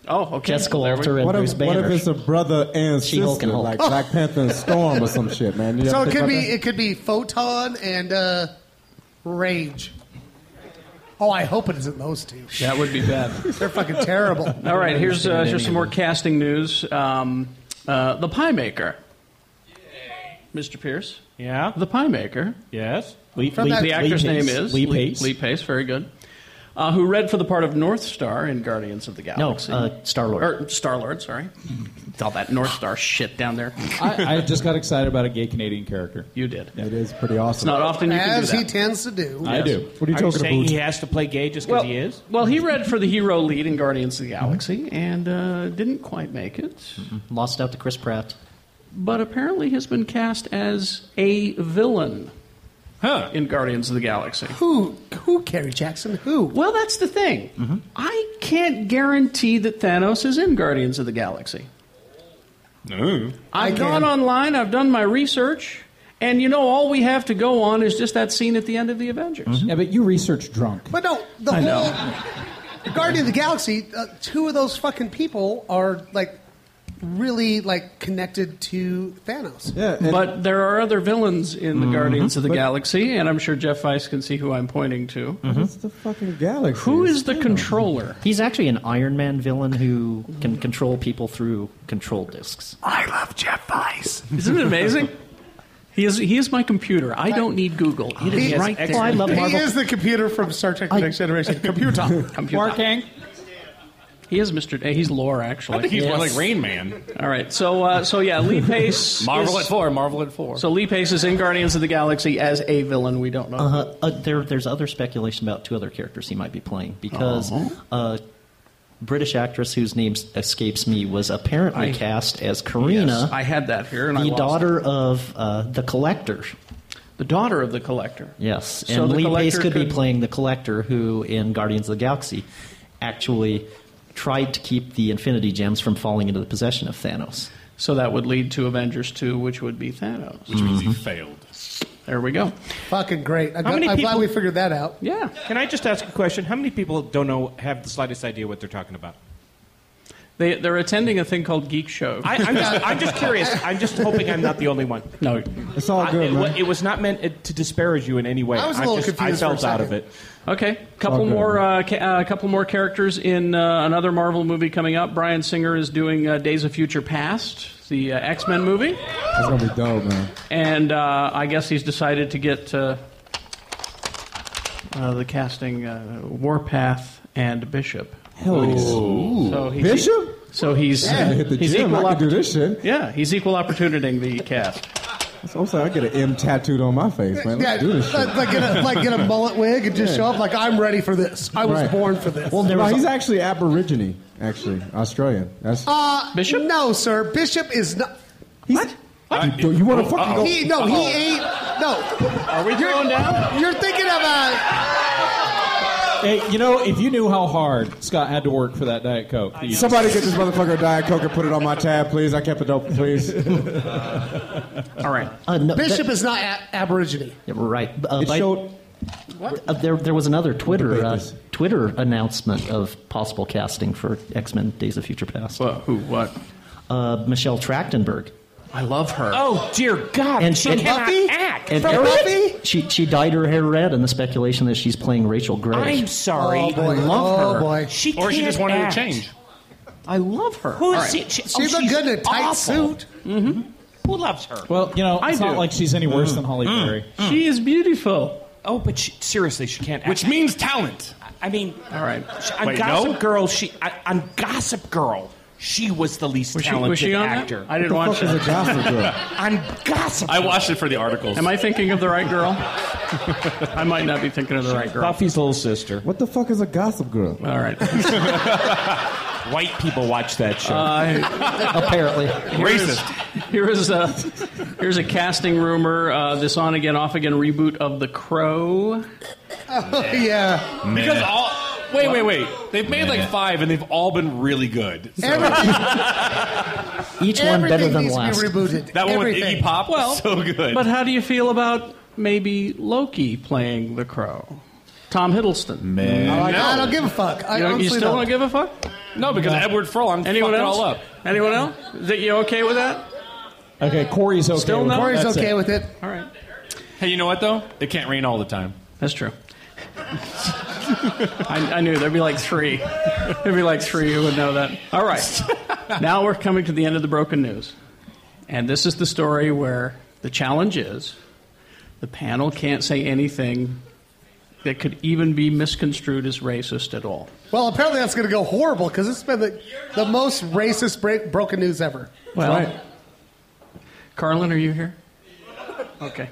Oh, okay. Jessica There we- Walter and What if- Bruce what Banner. if it's a brother and She-Hulk sister, and Hulk. like Black Panther and Storm or some shit, man. You So So ever it think could about be that? it could be photon and uh, rage. Oh, I hope it isn't those two. That would be bad. They're fucking terrible. All right, here's uh, here's some more casting news. Um, uh, the Pie Maker, Mr. Pierce. Yeah. The Pie Maker. Yes. Lee, From that- the actor's Lee Pace. name is Lee Pace. Lee, Pace. Very good. Uh, who read for the part of North Star in Guardians of the Galaxy? uh, Star-Lord. Or Star Lord. Sorry, it's all that North Star shit down there. I, I just got excited about a gay Canadian character. You did. It is pretty awesome. It's not often you can do As he that. tends to do. I do. What are you Are you talking saying about? he has to play gay just because Well, he is? well, he read for the hero lead in Guardians of the Galaxy and uh, didn't quite make it. Lost out to Chris Pratt. but apparently has been cast as a villain in Guardians of the Galaxy. Who? Who? Kerry Jackson? Who? Well, that's the thing. I can't guarantee that Thanos is in Guardians of the Galaxy. No. I've gone online, I've done my research, and you know, all we have to go on is just that scene at the end of the Avengers. Mm-hmm. Yeah, but you research drunk. But no, the I whole know. Guardian of the Galaxy. Uh, two of those fucking people are like really like connected to Thanos. but there are other villains in the Guardians of the Galaxy, and I'm sure Jeff Weiss can see who I'm pointing to. It's the fucking galaxy. Who is the controller? He's actually an Iron Man villain who can control people through control discs. I love Jeff Weiss. Isn't it amazing? He is, he is my computer. I don't need Google. It is He- right there. he is the computer from Star Trek: The Next Generation. Computer. Computer. Working. He is Mr. eh, He's lore, actually. I think he's more like Rain Man. All right. So, uh, so yeah, Lee Pace. Marvel is- at four. Marvel at four. So Lee Pace is in Guardians of the Galaxy as a villain. We don't know. Uh, uh, there, there's other speculation about two other characters he might be playing because Oh. a British actress whose name s- escapes me was apparently I- cast as Karina, Yes, I had that here, and I the lost daughter of uh, the Collector. The daughter of the Collector. Yes, and So the Lee Pace Collector could, be could- playing the Collector, who in Guardians of the Galaxy actually tried to keep the Infinity Gems from falling into the possession of Thanos. So that would lead to Avengers two, which would be Thanos. Which means he Mhm. failed. There we go. Fucking great. I'm, How many I'm glad people- we figured that out. Yeah. Can I just ask a question? How many people don't know have the slightest idea what they're talking about? They, they're attending a thing called Geek Show. I, I'm, just, I'm just curious. I'm just hoping I'm not the only one. No, it's all good, It, man. wa- it was not meant uh, to disparage you in any way. I was a little just, confused I for a felt out of second. it. Okay, couple all good. more, uh, ca- uh, couple more characters in uh, another Marvel movie coming up. Brian Singer is doing uh, Days of Future Past, the uh, X Men movie, That's gonna be dope, man. and uh, I guess he's decided to get uh, uh, the casting uh, Warpath and Bishop. Hell Nice. yeah. Ooh. Bishop? So he's Yeah, hit the he's gym. equal I can do opportu- this shit. Yeah, he's equal opportunity the cast. So I'm saying I get an M tattooed on my face, man. Let's Yeah, do this shit. like, like, get a, like get a mullet wig and just Yeah. show up like I'm ready for this. I was Right. born for this. no, he's actually Aborigine, actually Australian. That's uh, Bishop. No, sir. Bishop is not. What? you, you want to fucking go? He, no, he ain't. No. Are we going down? You're thinking of a. Hey, you know, if you knew how hard Scott had to work for that Diet Coke, you- Somebody get this motherfucker a diet coke and put it on my tab, please. I kept it open, please. All right. Uh, no, Bishop that- is not a- Aborigine. Yeah, right. Uh, It by- showed- Uh, there, there was another Twitter uh, Twitter announcement of possible casting for X Men: Days of Future Past. who? What? Uh, Michelle Trachtenberg. I love her. Oh dear God! And she and- cannot Buffy? act. And From Eric- Buffy? she she dyed her hair red in the speculation that she's playing Rachel Gray. I'm sorry. Oh, boy. I love oh, her. Boy. She Or she can't just wanted to act. change. I love her. Who is All right. she? she oh, she's awful. Mm-hmm. Who loves her? well, you know, I it's do. not like she's any worse than Holly Berry. She is beautiful. Oh, but she, seriously, she can't. Act. Which means talent. I mean, all right. On Wait, Gossip no? Girl, she I, on Gossip Girl, she was the least Was she- was talented she on that? actor. I didn't What the watch fuck that. is a Gossip Girl? on Gossip. I watched it for the articles. Am I thinking of the right girl? I might not be thinking of the right girl. Buffy's little sister. What the fuck is a gossip girl? All right. White people watch that show. Uh, Apparently, Here is- Here is a here's a casting rumor. Uh, this on again, off again reboot of The Crow. Oh, yeah. Because all Wait, wait, wait. They've made like five, and they've all been really good. So- Each one better than the last. rebooted. That one with Everything. Iggy Pop was so good. But how do you feel about maybe Loki playing the Crow? Tom Hiddleston. Man, I like- I don't give a fuck. I you, don't- you honestly still don't. give a fuck? No, because Edward Furlong Anyone fucked it else? all up. Anyone else? Is that you okay with that? Okay, Corey's okay. Still with no? it. Corey's That's okay it. with it. All right. Hey, you know what though? It can't rain all the time. That's true. I, I knew there'd be like three. There'd be like three who would know that. All right. now we're coming to the end of the broken news. And this is the story where the challenge is the panel can't say anything that could even be misconstrued as racist at all. Well, apparently that's going to go horrible because it's been the, the most racist break, broken news ever. Well, Carlin, are you here? Okay.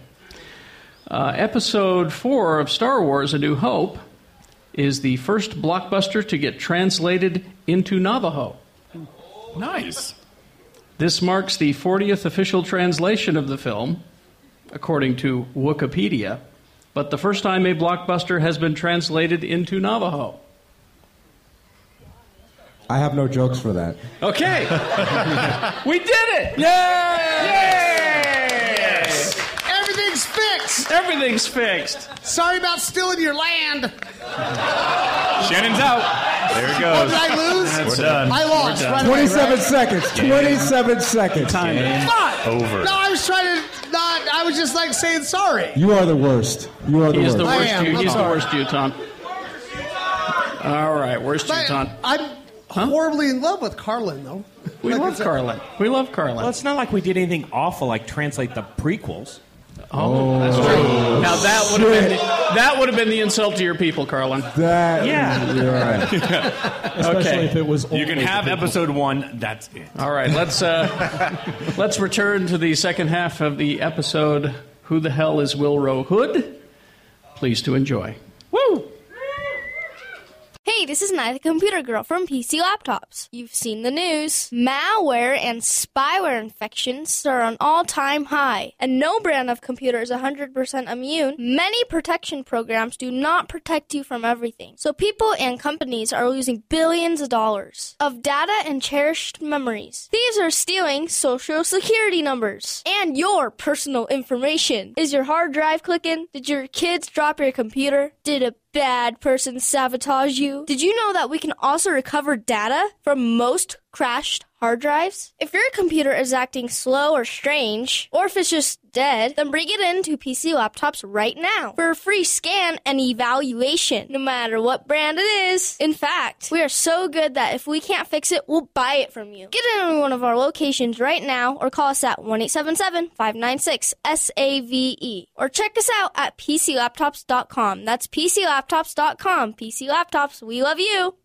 Uh, episode four of Star Wars: A New Hope is the first blockbuster to get translated into Navajo. Nice. This marks the 40th official translation of the film, according to Wikipedia, but the first time a blockbuster has been translated into Navajo. I have no jokes for that. Okay. we did it! Yay! Everything's fixed. Everything's fixed. Sorry about stealing your land. Shannon's out. There it Oh, goes. did I lose? We're done. I lost. We're Right done. away, 27 right? seconds. 27 seconds. Game Fuck! over. No, I was trying to not. I was just like saying sorry. You are the worst. You are the He worst. is the The worst I am. you- I'm he's the sorry. worst Uton. All right, worst But Uton. I'm horribly in love with Carlin, though. We Like love it's a- Carlin. We love Carlin. Well, it's not like we did anything awful, like translate the prequels. Oh, that's true. Now that would have been the, that would have been the insult to your people, Carlin. That Yeah. you're right. Especially okay. if it was. You can have episode one. That's it. All right, let's uh, let's return to the second half of the episode. Who the hell is Will Rowe Hood? Please to enjoy. Woo! Hey, this is Nye the Computer Girl from PC Laptops. You've seen the news. Malware and spyware infections are on all time high, and no brand of computer is 100% immune. Many protection programs do not protect you from everything, so people and companies are losing billions of dollars of data and cherished memories. Thieves are stealing social security numbers and your personal information. Is your hard drive clicking? Did your kids drop your computer? Did a bad person sabotage you? Did you know that we can also recover data from most crashed hard drives? If your computer is acting slow or strange, or if it's just dead, then bring it into PC laptops right now for a free scan and evaluation, no matter what brand it is. In fact, we are so good that if we can't fix it, we'll buy it from you. Get it in one of our locations right now or call us at 1 877 596 SAVE E or check us out at PCLaptops.com. That's PCLaptops.com. PC Laptops, we love you.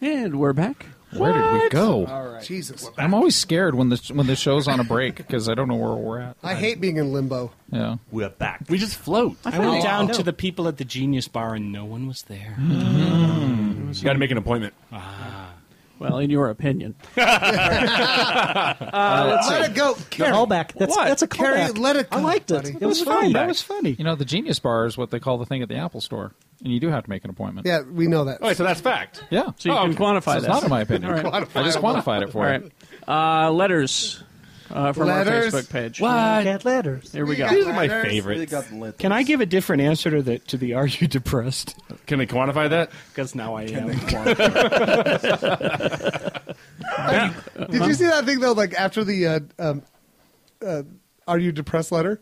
And we're back. Where did we go? Jesus. I'm always scared when the when the show's on a break because I don't know where we're at. I hate being in limbo. Yeah, we're back. We just float. I went down to the people at the Genius Bar and no one was there. Ah. You got to make an appointment. Well, in your opinion. Uh, let's let see. it go. Carrie. callback. That's- What? that's a Carrie, callback. let it go. I liked it. buddy. It was fun. That was funny. You know, the Genius Bar is what they call the thing at the Apple Store, and you do have to make an appointment. Yeah, we know that. All right, so that's fact. Yeah. So you Oh, can okay. quantify So that. It's not in my opinion. All right. I just quantified it for All you. right. Uh, letters uh, from Letters. our Facebook page. What? Got letters. Here we go. These are my Letters. favorites. Can I give a different answer to the to the Are you depressed? Can they quantify that? Because now I Can am. they Did you see that thing though? Like after the uh, um, uh, "Are you depressed?" letter,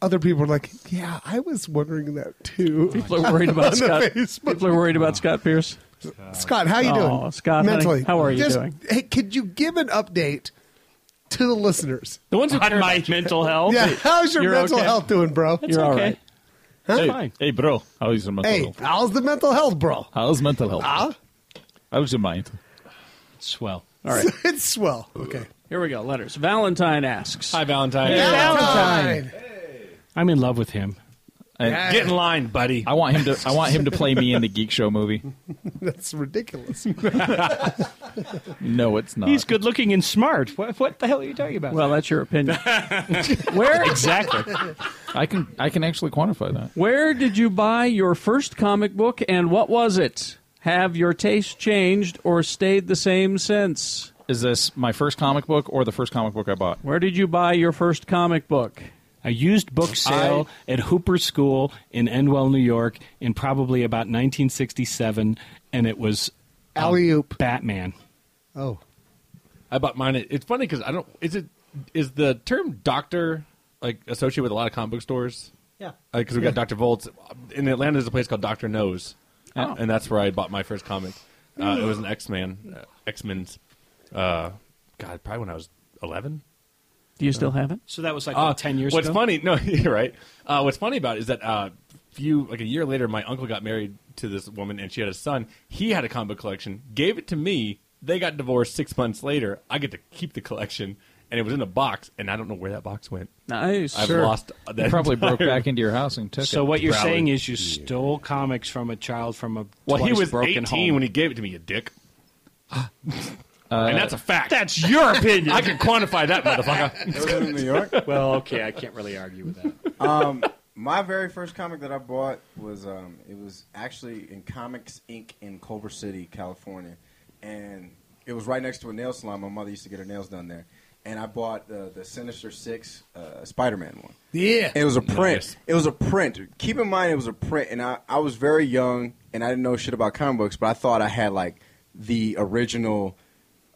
other people were like, "Yeah, I was wondering that too." People are worried about On the Scott. Facebook. People are worried about Scott Pierce. Scott, how you doing? Oh, Scott, honey, mentally, how are you Just- doing? Hey, could you give an update to the listeners? The ones who on my mental health. yeah, how's your You're mental okay. health doing, bro? That's You're all okay. right. Huh? hey, hey, bro. How's your mental Hey, health? how's the mental health, bro? How's mental health? How's your mind? Swell. All right. it's swell. Okay. Here we go. Letters. Valentine asks. Hi, Valentine. Valentine. I'm in love with him. Get in line, buddy. I want him to. I want him to play me in the Geek Show movie. That's ridiculous. No, it's not. He's good looking and smart. What, what the hell are you talking about? Well, that's your opinion. Where exactly? I can. I can actually quantify that. Where did you buy your first comic book, and what was it? Have your taste changed or stayed the same since? Is this my first comic book or the first comic book I bought? Where did you buy your first comic book? A used book sale at Hooper School in Endwell, New York, in probably about 1967, and it was um, Alley oop. Batman. Oh, I bought mine. at- It's funny because I don't. Is it is the term doctor like associated with a lot of comic book stores? Yeah. Because we Yeah. got Doctor Volts in Atlanta. There's a place called Doctor Knows, Oh. and that's where I bought my first comic. Uh, it was an X Man, uh, X Men's. Uh, God, probably when I was eleven. Do you still have it? So that was like Uh, what, 10 years What's ago? funny? No, you're right. Uh, what's funny about it is that uh, few like a year later, my uncle got married to this woman, and she had a son. He had a comic book collection, gave it to me. They got divorced six months later. I get to keep the collection, and it was in a box, and I don't know where that box went. Nice. I've Sure. lost. That You probably broke entire- back into your house and took So it. what you're Probably. saying is you stole comics from a child from a Well, he twice was broken 18 home. when he gave it to me, you dick. Uh, and that's a fact. That's your opinion. I can quantify that, motherfucker. in New York. well, okay, I can't really argue with that. um, my very first comic that I bought was um, it was actually in Comics Inc. in Culver City, California, and it was right next to a nail salon. My mother used to get her nails done there, and I bought uh, the Sinister Six uh, Spider-Man one. Yeah, it was a print. It was a print. Keep in mind, it was a print, and I, I was very young, and I didn't know shit about comic books, but I thought I had like the original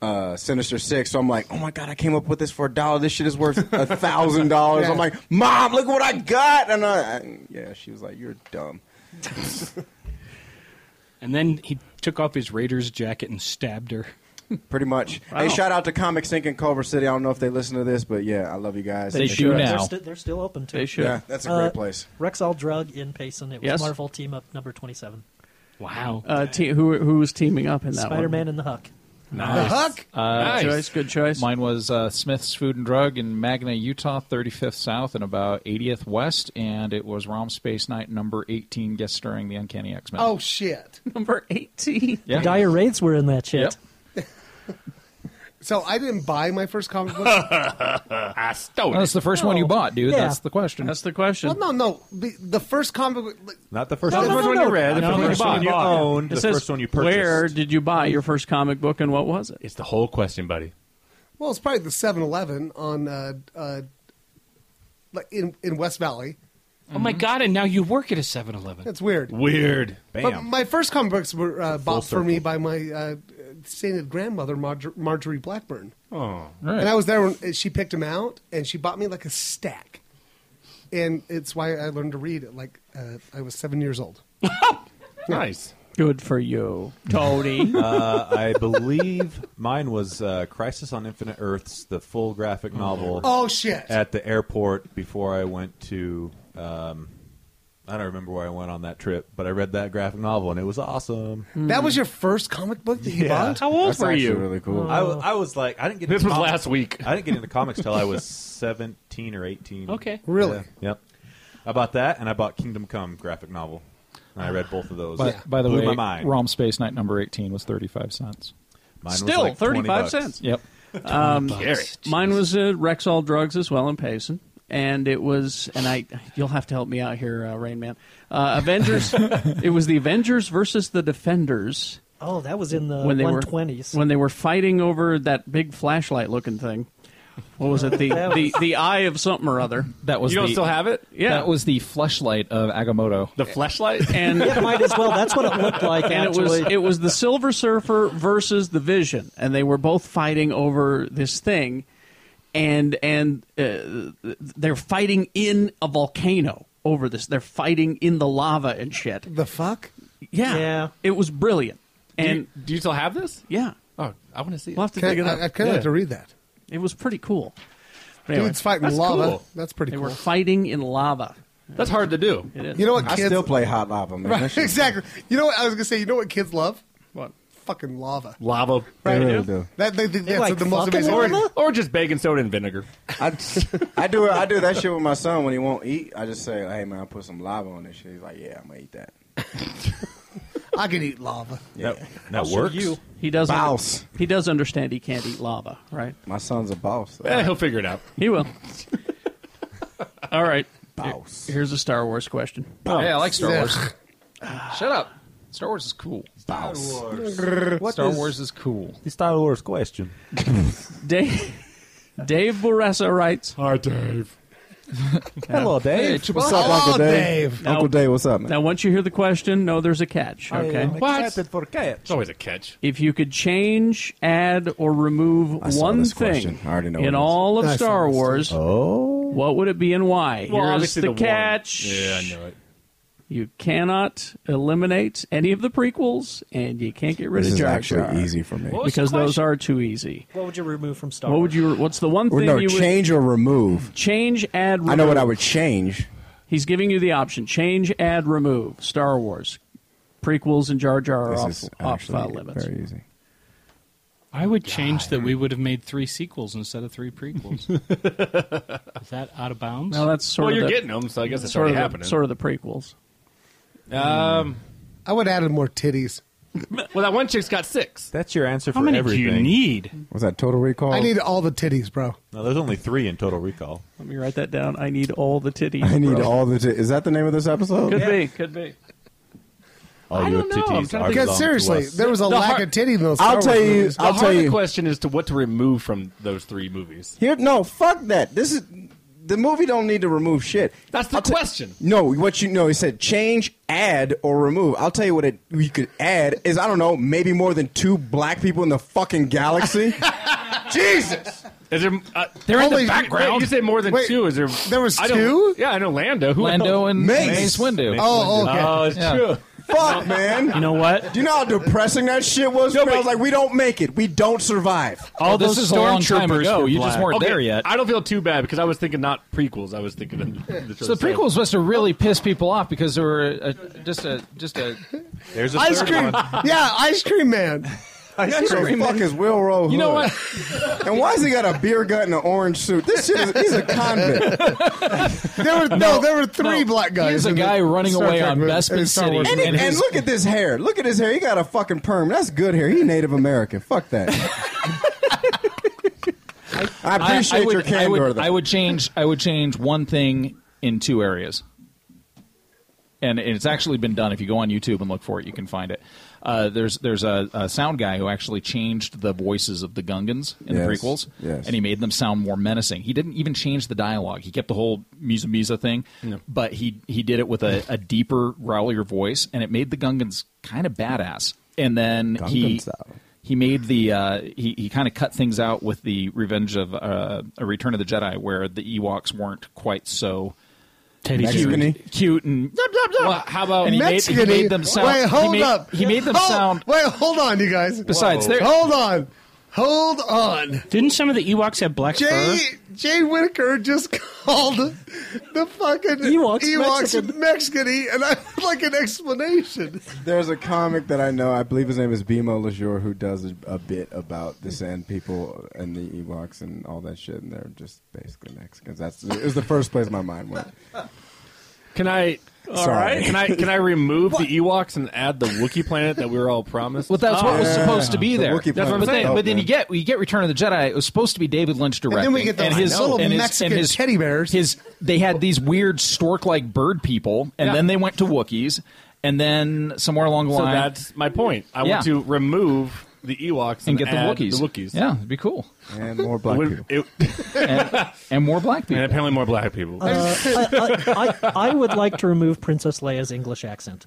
uh, Sinister Six. So I'm like, oh my god, I came up with this for a dollar. This shit is worth a thousand dollars. I'm like, mom, look what I got, and I, and yeah, she was like, you're dumb. And then he took off his Raiders jacket and stabbed her. Pretty much. Wow. Hey, shout out to Comic Sync in Culver City. I don't know if they listen to this, but yeah, I love you guys. They They do should. now. They're sti- they're still open, too. They should. Yeah, that's a great Uh, place. Rexall Drug in Payson. It was Yes. Marvel team up number 27. Wow. Uh, te- who who was teaming up in that one? Uh, Spider-Man and the Huck. The Huck? Nice. Good choice, good choice. Uh, Mine was uh, Smith's Food and Drug in Magna, Utah, 35th South and about 80th West, and it was Rom Space Night number 18, guest starring the Uncanny X Men. Oh shit! Number eighteen. Yeah. The Dire Raids were in that shit. So I didn't buy my first comic book. I stole that's the first one you bought, dude. Yeah. That's the question. Oh, That's the question. well, no, no. The, the first comic book. like, Not the first No, one. no, The first no, one no. you read. The No, first no, one no. you bought. you Bought. owned. It The says, first one you purchased. Where did you buy your first comic book and what was it? It's the whole question, buddy. Well, it's probably the 7-Eleven on uh, uh, like in in West Valley. Oh my Mm-hmm. god! And now you work at a 7-Eleven. Mm-hmm. That's weird. Weird. But my first comic books were uh, bought for circle. me by my uh, sainted grandmother, Marjor- Marjorie Blackburn. Oh, And I was there when she picked them out, and she bought me like a stack. And it's why I learned to read at like uh, I was seven years old. nice. Good for you, Tony. uh, I believe mine was uh, Crisis on Infinite Earths, the full graphic novel. Oh, shit. At the airport before I went to, um, I don't remember where I went on that trip, but I read that graphic novel and it was awesome. Hmm. That was your first comic book that you bought? Oh. I, w- I was like, I didn't get. This into was comics- last week. I didn't get into comics till I was seventeen or eighteen. Okay. Really? Yeah. Yep. I bought that, and I bought Kingdom Come graphic novel, and I read both of those. By, by the Blew way, my mind. Rom Space Night number 18 was 35 cents. Mine was Still, like 20 thirty-five bucks. cents. Yep. Um, 20 bucks. mine was uh, Rexall Drugs as well in Payson, and it was. And I, you'll have to help me out here, uh, Rain Man. Uh, Avengers. it was the Avengers versus the Defenders. Oh, that was in the when they were 120s. when they were fighting over that big flashlight looking thing. What was it? The That the, the eye of something or other. That was the- Yeah. That was the fleshlight of Agamotto. The fleshlight? and Yeah, might as well. That's what it looked like, And it was actually. it was the Silver Surfer versus the Vision, and they were both fighting over this thing, and and uh, they're fighting in a volcano over this. They're fighting in the lava and shit. The fuck? Yeah, Yeah. It was brilliant. And do you, do you still have this? Yeah. Oh, I want to see it. We'll have to Can- dig it up. I, kind of like to read that. It was pretty cool. But Dude's fighting that's lava. cool. That's pretty They cool. were fighting in lava. That's hard to do. It is. You know what? Kids, I still play Hot Lava, man. That Right, shit's- exactly. You know what I was gonna say? You know what kids love? What? Fucking lava. Lava. Right. They really do. That they, think that's the most amazing. Or, or just baking soda and vinegar. I, I do I do that shit with my son when he won't eat. I just say, "Hey man, I put some lava on this shit." He's like, "Yeah, I'm gonna eat that." I can eat lava. Yeah. That works. You. He does. Bouse. He does understand he can't eat lava, right? My son's a boss. Eh, he'll figure it out. He will. All right. Here- Here's a Star Wars question. Oh, Hey, I like Star Wars. Shut up. Star Wars is cool. Star Wars. What Star is- Wars is cool. The Star Wars question. Dave, Dave Baressa writes. Hi, Dave. Hello, Dave. What's up, Uncle Dave? Uncle Dave, what's up, man? Now, once you hear the question, no, there's a catch. I Okay. am What? excited for catch. It's always a catch. If you could change, add, or remove saw one this thing question. I already know what it in is. Oh. all of I saw Star this too. Wars, what would it be and why? Well, Here's obviously the, the one. catch. Yeah, I know it. You cannot eliminate any of the prequels, and you can't get rid This of is Jar actually Jar easy for me. What was the because those question? are too easy. What would you remove from Star What would you? What's the one Or thing no, you would change or remove. Change, add, remove. I know what I would change. He's giving you the option. Change, add, remove. Star Wars. Prequels and Jar Jar are This off, is off actually uh, limits. very easy. I would change that we would have made three sequels instead of three prequels. Is that out of bounds? Well, that's sort Well, of you're the- getting 'em, so I guess it's sort of already the- happening. Sort of the prequels. Um, I would add in more titties. Well, that one chick's got six. That's your answer How for many do everything. you need? Was that Total Recall? I need all the titties, bro. No, there's only three in Total Recall. Let me write that down. I need all the titties. I need bro. all the. T- is that the name of this episode? Could be. Could be. All I your don't know. I'm titties trying are to think- belong 'Cause to seriously, us. There was a The lack har- of titty in those. Star I'll Wars tell you- movies. the I'll tell harder you- question is to what to remove from those three movies. Here, no, fuck that. This is the movie. Don't need to remove shit. That's the question. no, what you know, he said change, add, or remove. I'll tell you what it, you could add is I don't know, maybe more than two black people in the fucking galaxy. Jesus, is there? Uh, They're in the background. you say more than Wait, two. Is there? there was I don't- two? Yeah, I know Lando. Who Lando else? and Mace. Mace Windu. Oh, okay. Oh, it's Yeah. true. Fuck, man. You know what? Do you know how depressing that shit was? No, I was like, we don't make it. We don't survive. All this those is a long time stormtroopers ago. were You just black. weren't Okay, there yet. I don't feel too bad because I was thinking not prequels. I was thinking. Of the So the prequels must have really pissed people off because there were a, just a just a. There's ice cream. yeah, ice cream man. Ice cream fuck is Will Rowe. Oh, You know Hood? and why has he got a beer gut and an orange suit? This shit is he's a convict. There were no, there were three no, black guys. here's a in the guy running Star away Trek on movie- Bespin in Star Wars And, he- movie. and look at this hair. Look at his hair. He got a fucking perm. That's good hair. He Native American. Fuck that. I appreciate would- your I candor, would, though. I would change. I would change one thing in two areas, and, and it's actually been done. If you go on YouTube and look for it, you can find it. Uh, there's there's a, a sound guy who actually changed the voices of the Gungans in Yes, the prequels, yes. and he made them sound more menacing. He didn't even change the dialogue. He kept the whole Misa Misa thing, but he he did it with a, a deeper, growlier voice, and it made the Gungans kind of badass. And then he Gungan style. he made the uh, he he kind of cut things out with the Revenge of uh, a Return of the Jedi, where the Ewoks weren't quite so Teddy Mexican-y. cute, cute and Well, how about And he made- he Mexican. made them sound- Wait, he hold made- up. he made them Hold- sound- Wait, hold on, you guys. Besides, Whoa. they're- hold on, hold on. Didn't some of the Ewoks have black Jay fur? Jay Whitaker just called the fucking Ewoks, Mexican. Mexicany, and I would like an explanation. There's a comic that I know. I believe his name is Bimo Lejour, who does a, a bit about the Sand People and the Ewoks and all that shit, and they're just basically Mexicans. That's it was the first place my mind went. Can I? All Sorry. right. Can I? Can I remove the Ewoks and add the Wookiee planet that we were all promised? Oh. Well, that's what was supposed to be there. That's what I'm but saying. Then, but then you get you get Return of the Jedi. It was supposed to be David Lynch directing, we get the little Mexican teddy bears. His they had these weird stork-like bird people, and Yeah. then they went to Wookiees, and then somewhere along the So line, that's my point. I Yeah. want to remove the Ewoks and and, get the add Wookiees. The Wookiees. Yeah, it'd be cool. And more black people. and, and more black people. And apparently more black people. Uh, I, I, I, I would like to remove Princess Leia's English accent.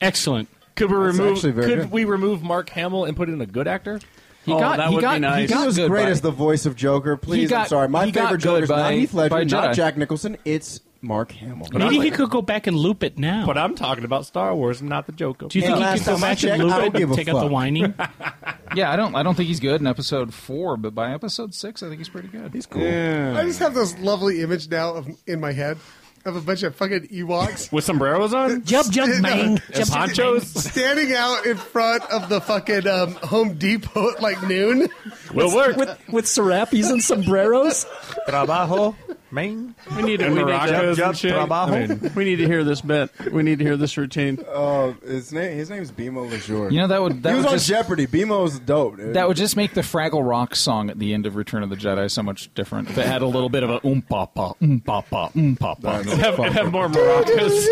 Excellent. Could we That's remove? actually Could very good. we remove Mark Hamill and put in a good actor? He Oh, got- he got- he He, was good, great buddy. as the voice of Joker. Please, got- I'm sorry. My he got favorite good Joker is by- not Heath by Ledger, Jedi. not Jack Nicholson. It's Mark Hamill. Maybe he could go back and loop it now. But I'm talking about Star Wars, not the Joker. Do you think he could go back and loop it and take out the whining? Yeah, I don't. I don't think he's good in episode four, but by episode six, I think he's pretty good. He's cool. I just have this lovely image now of, in my head of a bunch of fucking Ewoks with sombreros on? Jump, jump, man. Jump, Ponchos? standing out in front of the fucking um, Home Depot at like noon. Will work with with serapes and sombreros. Trabajo, main. We need to, And we need to- maracas and shit. I mean, we need to hear this bit. We need to hear this routine. Oh, his name his name's Bimo Lejour. You know, that would- that he was would on just- Jeopardy. Bimo's dope. Dude. That would just make the Fraggle Rock song at the end of Return of the Jedi so much different. If it had a little bit of a oom pa pa oom pa pa oom pa pa. have, have more maracas.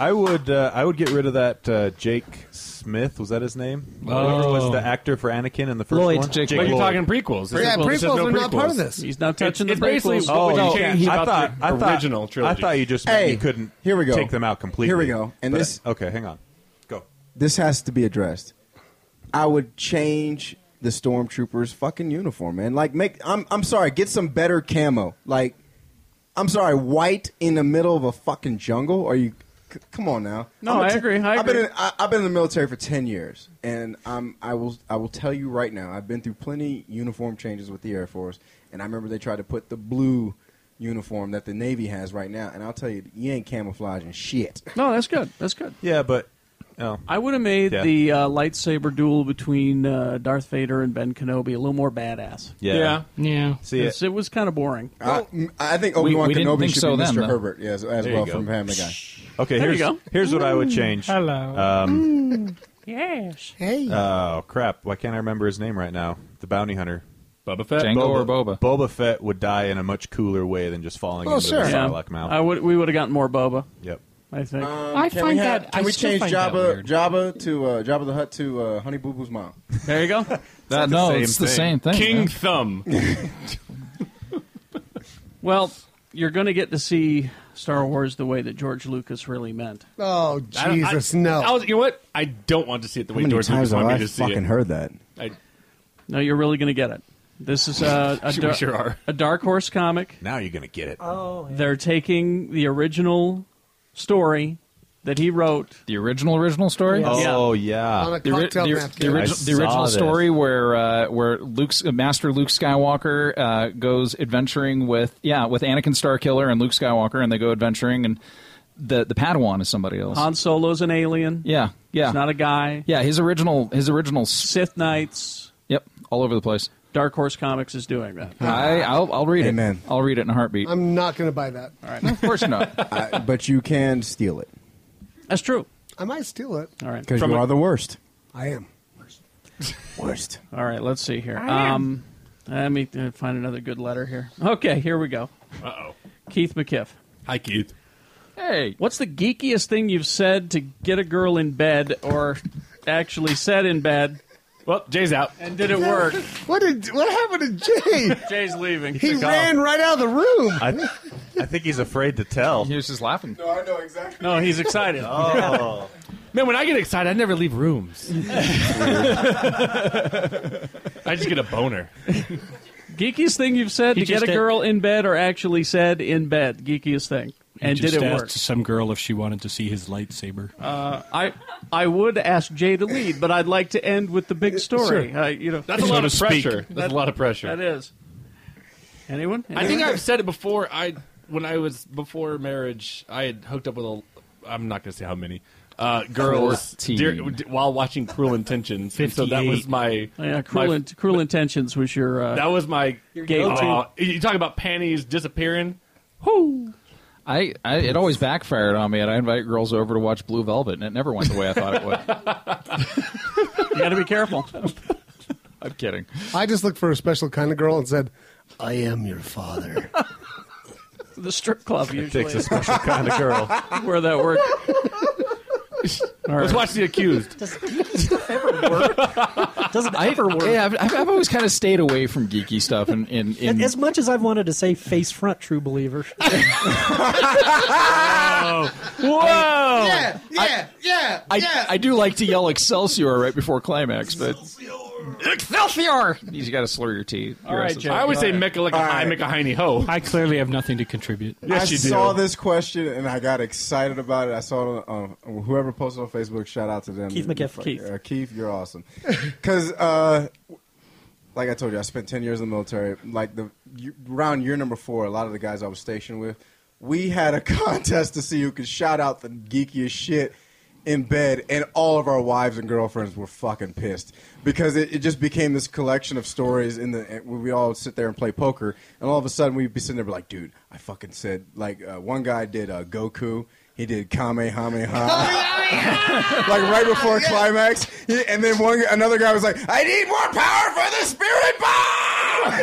I would uh, I would get rid of that uh, Jake Smith was that his name? Oh. Which was the actor for Anakin in the first Lloyd. one? Jake But you're Lloyd. talking prequels. This Yeah, is- this is prequels no are not part of prequels. this. He's not touching the it's basically prequels. what Oh, we no, can't. he- I about thought the I thought original I trilogy. thought you just meant Hey, you couldn't here we go. take them out completely. Here we go. And But- this- okay, hang on. Go. This has to be addressed. I would change the stormtroopers' fucking uniform, man. Like, make I'm I'm sorry, get some better camo. Like, I'm sorry, white in the middle of a fucking jungle. Are you? c- Come on now. No, I'm a I t- agree, I I've been agree. in, I, I've been in the military for ten years, and I'm I will I will tell you right now, I've been through plenty uniform changes with the Air Force, and I remember they tried to put the blue uniform that the Navy has right now, and I'll tell you, you ain't camouflaging shit. No, that's good. That's good. Yeah, but oh. I would have made Yeah. the uh, lightsaber duel between uh, Darth Vader and Ben Kenobi a little more badass. Yeah. Yeah. Yeah. See, It's- it was kind of boring. I, I think Obi Wan Kenobi should be Mr. Herbert, yes, as There you well go. from Family Guy. Okay, There you here's go. here's what I would Mm, change. hello. Um, Mm. yes. Hey. Oh crap! Why can't I remember his name right now? The bounty hunter, Boba Fett? Jango or Boba? Boba Fett would die in a much cooler way than just Oh, falling into the Sarlacc mouth. I would. We would have gotten more Boba. Yep. I think. Um, can we have- Can we change Jabba, Jabba to uh, Jabba the Hutt to uh, Honey Boo Boo's mom? There you go. Not no, it's the same thing. King man. Thumb. well, you're going to get to see Star Wars the way that George Lucas really meant. Oh I don't- I- Jesus, no! I was- You know what? I don't want to see it the How way many George Lucas times have wanted I me to see fucking it. heard that. I, No, you're really going to get it. This is a, a, We dar- sure are. a dark horse comic. Now you're going to get it. Oh, they're taking the original story that he wrote. The original original story? Yes. Oh yeah. On a the, ori- cocktail the- napkin. the I origi- the saw original this. story where uh, where Luke's uh, Master Luke Skywalker uh, goes adventuring with yeah with Anakin Starkiller and Luke Skywalker and they go adventuring and the the Padawan is somebody else. Han Solo's an alien. Yeah, yeah. He's not a guy. Yeah, his original his original Sith Knights. Yep, all over the place. Dark Horse Comics is doing that. I I'll, I'll read Amen. it. I'll read it in a heartbeat. I'm not going to buy that. All right. Of course not. I, Uh, but you can steal it That's true. I might steal it. All right. because you are the worst. I am. Worst. All right, let's see here. I am. Um, let me uh, find another good letter here. Okay, here we go. uh oh. Keith McKiff. Hi, Keith. Hey. What's the geekiest thing you've said to get a girl in bed or actually said in bed? Well, Jay's out. And did it work? What did what happened to Jay? Jay's leaving. He ran right out of the room. I, I think he's afraid to tell. He was just laughing. No, I know exactly. No, he's excited. Oh. Man, when I get excited, I never leave rooms. I just get a boner. Geekiest thing you've said He to get just a did- girl in bed or actually said in bed? Geekiest thing. He And did just it asked work? some girl if she wanted to see his lightsaber. Uh, I I would ask Jay to lead, but I'd like to end with the big story. Sure. Uh, you know, That's a So lot to of speak. pressure. That's a lot of pressure. That is. Anyone? I think I've said it before. I when I was before marriage, I had hooked up with a. I'm not going to say how many uh, girls Fourteen. dur- d- while watching Cruel Intentions. And so that was my yeah. Cruel, my- in, cruel intentions was your uh, that was my gay Aw, you talk about panties disappearing. I, I it always backfired on me, and I invite girls over to watch Blue Velvet, and it never went the way I thought it would. you got to be careful. I'm kidding. I just looked for a special kind of girl and said, "I am your father." the strip club usually takes a special kind of girl. where that worked. Let's watch The Accused. Doesn't ever work. Yeah, I've, I've I've always kind of stayed away from geeky stuff, and in, in, As much as I've wanted to say face front, true believer. Oh. whoa! Yeah, yeah, yeah, I, I do like to yell Excelsior right before climax, but Excelsior! You got to slur your teeth. All right, Jay. I always say Go make a like a All high, right. make a heiny ho. I clearly have nothing to contribute. Yes, I you do. saw this question and I got excited about it. I saw it on, on whoever posted on Facebook. Shout out to them. Keith You McKiff. fuck- Keith. uh, Keith, you're awesome. Because, uh, like I told you, I spent 10 years in the military. Like the you- around year number four, a lot of the guys I was stationed with, we had a contest to see who could shout out the geekiest shit in bed, and all of our wives and girlfriends were fucking pissed because it, it just became this collection of stories. In the and we we all sit there and play poker, and all of a sudden we'd be sitting there be like, dude, I fucking said like uh, one guy did uh, Goku. He did Kamehameha, like right before climax, He- and then one another guy was like, "I need more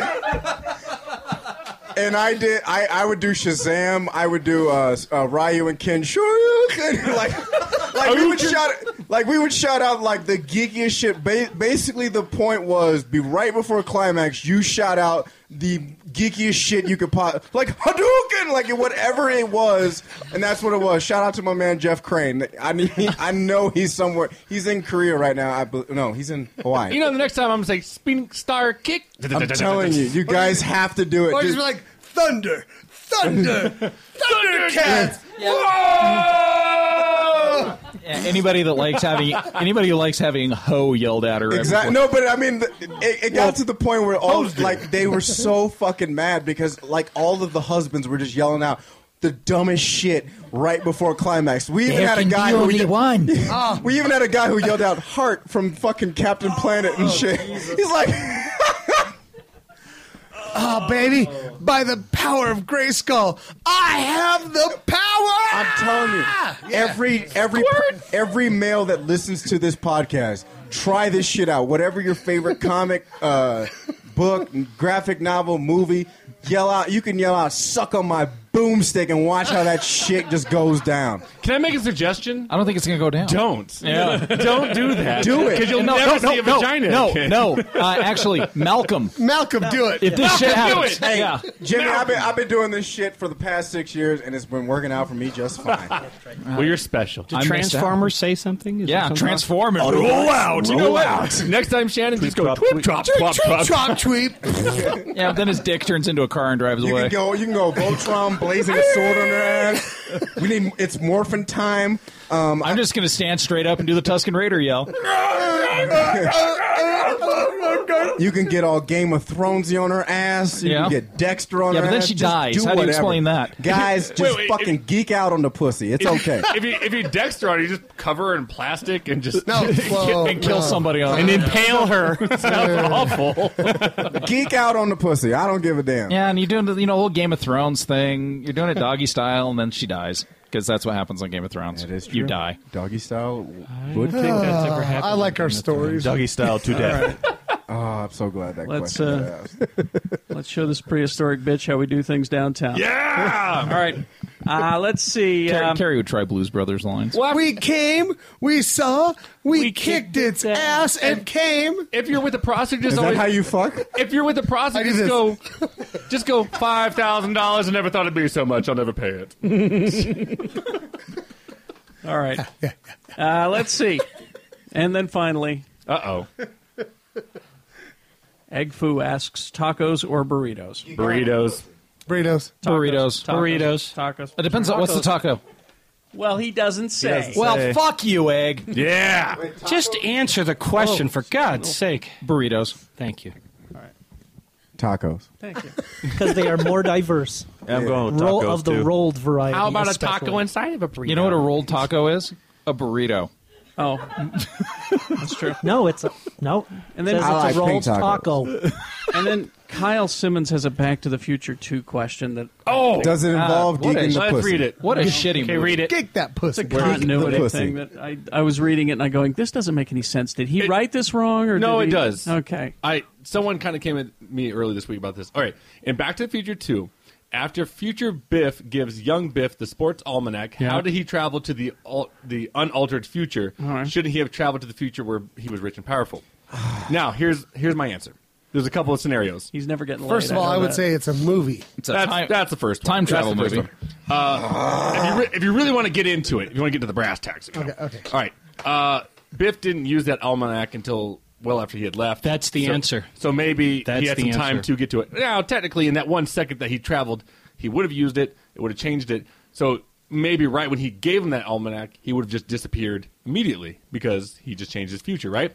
power for the spirit bomb." and I did. I, I would do Shazam. I would do uh, uh, Ryu and Ken Shoryuken. like, like we would shout. Like we would shout out like the geekiest shit. Ba- basically, the point was be right before climax. You shout out the geekiest shit you could pop, like Hadouken, like whatever it was, and that's what it was. Shout out to my man Jeff Crane. I mean, I know he's somewhere. He's in Korea right now. I bel no, he's in Hawaii. You know, the next time I'm gonna say spin star kick. I'm telling you, you guys have to do it. Or dude. just be like, thunder, thunder, thundercats. Whoa! anybody that likes having anybody who likes having ho yelled at her. Exactly. No, but I mean, the, it, it got Well, to the point where all like they were so fucking mad because like all of the husbands were just yelling out the dumbest shit right before climax. We even There had a can guy be who only yelled- one. Oh. we even had a guy who yelled out "heart" from fucking Captain Planet Oh, and shit. He's like, Ah, baby, by the power of Grayskull, I have the power. I'm telling you, every every every male that listens to this podcast, try this shit out. Whatever your favorite comic, uh, book, graphic novel, movie, yell out. You can yell out, "Suck on my boomstick," and watch how that shit just goes down. Can I make a suggestion? I don't think it's gonna go down. Don't. Yeah. Don't do that. Do it. 'Cause you'll No, never no, see a no, vagina No, again. no. Uh, actually, Malcolm. Malcolm, do it. If this shit Malcolm, do happens, it. Hey, yeah. Jimmy, I've been, I've been doing this shit for the past six years, and it's been working out for me just fine. Uh, Well, you're special. Did Transformers say something? Yeah, there something- Transformers. Roll out. You know Roll what? out. Next time, Shannon, just go twip, drop, plop, drop. tweep. yeah, but then his dick turns into a car and drives You away. can go. You can go. Voltron blazing a sword on their ass. We need. It's morphin time. Um, I'm just gonna stand straight up and do the Tuscan Raider yell. You can get all Game of Thronesy on her ass. You Yeah. can get Dexter on Yeah, her but then ass. she Just dies. do How do you whatever. explain that? Guys, Wait, just wait, fucking geek out on the pussy. It's okay. if you if you Dexter on, her, you just cover her in plastic and just No, whoa, and kill no. somebody on And it. impale her. Sounds awful. geek out on the pussy. I don't give a damn. Yeah, and you're doing the you know whole Game of Thrones thing. You're doing it doggy style, and then she dies because that's what happens on Game of Thrones. It is You true. die doggy style. Would think that's ever happened. I like our stories. Doggy Uh, style to All death. Oh, I'm so glad that Let's question. uh, let's show this prehistoric bitch how we do things downtown. Yeah. All right. Uh, let's see. Ah, Carrie, um, Carrie would try Blues Brothers lines. we came, we saw, we, kicked, its ass, and, came. If you're with the prostitute, Is just that always, how you fuck? if you're with the I prostitute, do just this. go, just go five thousand dollars. I never thought it'd be so much. I'll never pay it. All right. Uh, let's see. And then finally. Uh oh. Egg Foo asks tacos or burritos? Burritos. Burritos. Burritos. Burritos. Tacos. It depends on what's the taco. Well, he doesn't say. Well, fuck you, egg. Yeah. Just answer the question Oh, for God's sake. Burritos. Thank you. Tacos. Thank you. Because they are more diverse. Yeah, I'm Oh, going with Roll tacos, of the too. rolled variety. How about a especially. taco inside of a burrito? You know what a rolled taco is? A burrito. Oh, that's true. No, it's a no. And then- And then it's I like a rolled pink tacos. taco. and then Kyle Simmons has a Back to the Future 2 question that. Ah, Oh! Does Ah, it involve what a- geeking the let's pussy? read it. What a Okay, shitty okay, movie. read it. Geek that It's pussy. a continuity pussy. thing that I, I was reading it and I going, this doesn't make any sense. Did he write this wrong? or No, did it he- does. Okay. I someone kind of came at me early this week about this. All right, in Back to the Future Two, after Future Biff gives young Biff the sports almanac, Yeah. how did he travel to the al- the unaltered future? All right. Shouldn't he have traveled to the future where he was rich and powerful? now, here's here's my answer. There's a couple of scenarios. He's never getting First of all, I, would say it's a movie. It's a that's, time- that's the first one. time That's the travel first movie. one. Uh, if, you re- if you really want to get into it, if you want to get to the brass tacks. Okay, okay. All right. Uh, Biff didn't use that almanac until well after he had left. That's the answer. So maybe That's he had the some time answer. to get to it. Now, technically, in that one second that he traveled, he would have used it. It would have changed it. So maybe right when he gave him that almanac, he would have just disappeared immediately because he just changed his future, right?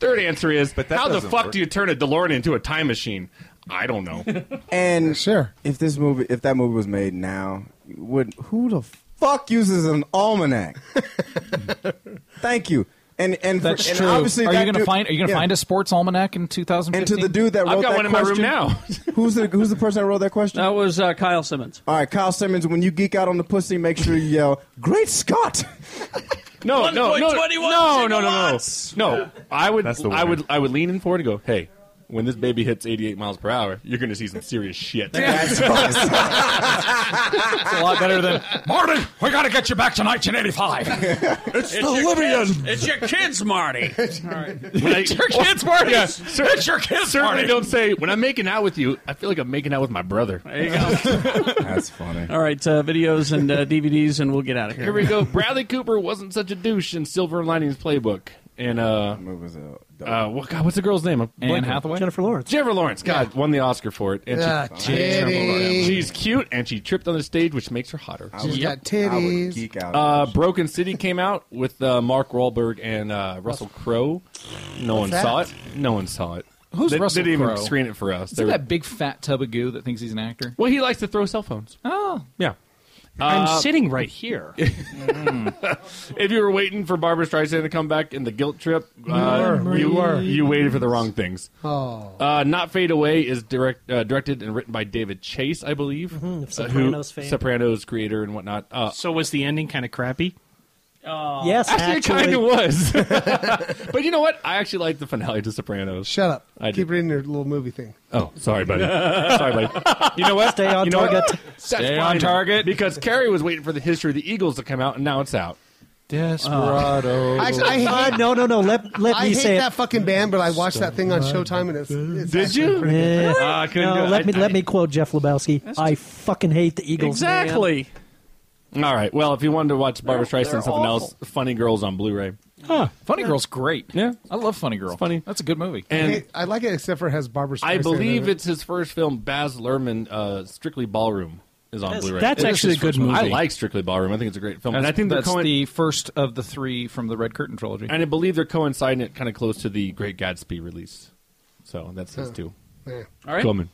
Third answer is, but that how the doesn't fuck work. do you turn a DeLorean into a time machine? I don't know. And sure, if this movie, if that movie was made now, would who the fuck uses an almanac? Thank you. And and for- That's and true. Obviously, are that you gonna dude- find? Are you gonna yeah. find a sports almanac in 2015? And to the dude that wrote that question, who's the who's the person that wrote that question? That was uh, Kyle Simmons. All right, Kyle Simmons. When you geek out on the pussy, make sure you yell, "Great Scott!" No, no, no, 1.21 no, no, no, no, no. I would, That's the I would, I would lean in forward and go, "Hey, when this baby hits 88 miles per hour, you're going to see some serious shit. That's it's a lot better than Martin. We got to get you back to 1985. It's, the Libyan. it's your kids, Marty. Like- It's your kids, Marty. Yeah, cer- it's your kids, certainly Marty. don't say when I'm making out with you. I feel like I'm making out with my brother. There you go. That's funny. All right, uh, videos and uh, DVDs, and we'll get out of here. Here we go. Bradley Cooper wasn't such a douche in Silver Linings Playbook. And uh, what was it? Uh, what, God, what's the girl's name? I'm blanking. Anne Hathaway? Jennifer Lawrence. Jennifer Lawrence. God, won the Oscar for it. And Ah, she, titties. she's cute, and she tripped on the stage, which makes her hotter. She's Yep. got titties. geek out. Uh, Broken City came out with uh, Mark Wahlberg and uh, Russell Crowe. No one What's saw that? it. No one saw it. Who's they, Russell They didn't Crowe? even screen it for us. Is They that were- that big fat tub of goo that thinks he's an actor? well, he likes to throw cell phones. Oh, Yeah. I'm Uh, sitting right here. if you were waiting for Barbara Streisand to come back in the guilt trip, uh, were. you We were. You waited for the wrong things. Oh. Uh, Not Fade Away is direct, uh, directed and written by David Chase, I believe. Mm-hmm. uh, Sopranos who, fame. Sopranos creator and whatnot. Uh, so was the ending kind of crappy? Uh, Yes, actually, actually. it kind of was. but you know what? I actually like the finale to Sopranos. Shut up. I did. Keep reading your little movie thing. Oh, sorry, buddy. sorry, buddy. You know what? Stay on You know what? target. That's Stay fine. on target. Because Carrie was waiting for the history of the Eagles to come out, and now it's out. Desperado. I, I hate, Uh, no, no, no. Let let I me hate say that it. fucking band, but I watched that thing on Showtime, and it's, it's Did you? Eh, Really? Ah, I couldn't no, do it. let I- me I- let me quote Jeff Lebowski. I fucking hate the Eagles. man. All right. Well, if you wanted to watch Barbara Streisand they're and something else, Funny Girls on Blu-ray. Huh. Funny Girl's great. Yeah, I love Funny Girl. funny. That's a good movie. And I like it except for it has Barbara Streisand. I believe in it. it's his first film. Baz Luhrmann, uh, Strictly Ballroom, is on That's- Blu-ray. that's It is actually his a good first one. I movie. like Strictly Ballroom. I think it's a great film. That's, and I think they're that's going- the first of the three from the Red Curtain trilogy. and I believe they're coinciding it kind of close to the Great Gatsby release. So that's his Huh. too. Yeah. All right. Coming.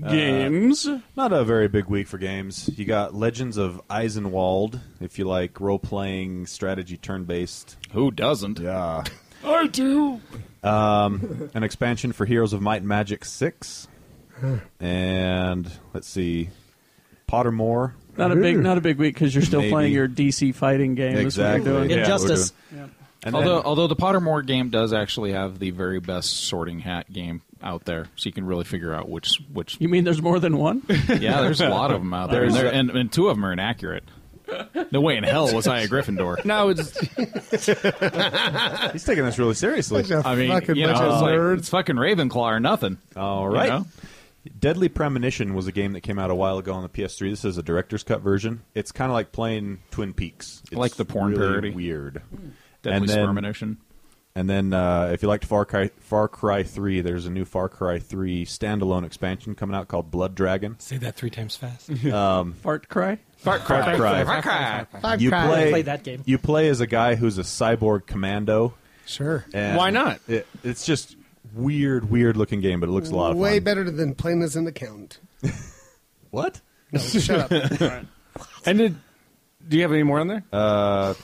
Games. Uh, not a very big week for games. You got Legends of Eisenwald, if you like role playing, strategy, turn based. Who doesn't? Yeah. I do. Um, an expansion for Heroes of Might and Magic 6. Huh. And let's see. Pottermore. Not a big, not a big week because you're still Maybe. playing your DC fighting game. is what you're Exactly. doing. Yeah, we're Injustice. doing- And although, then- although the Pottermore game does actually have the very best sorting hat game out there, so you can really figure out which which. You mean there's more than one? Yeah, there's a lot of them out there, and, There's- they're- and, and two of them are inaccurate. No way in hell was I a Gryffindor. No, it's He's taking this really seriously. I mean, you know, it's, like, it's fucking Ravenclaw or nothing. All right. Deadly Premonition was a game that came out a while ago on the PS3. This is a director's cut version. It's kind of like playing Twin Peaks. It's Like the porn really parody. Weird. Deadly And then- Premonition. And then, uh, if you liked Far Cry, Far Cry Three, there's a new Far Cry Three standalone expansion coming out called Blood Dragon. Say that three times fast. Um, Fart cry. Fart cry. Fart cry. Fart cry. Fart You cry. play, Play that game. You play as a guy who's a cyborg commando. Sure. And Why not? It, it's just weird, weird looking game, but it looks a lot of way fun. better than plain as an accountant. What? No, shut up. And did, do you have any more on there? Uh,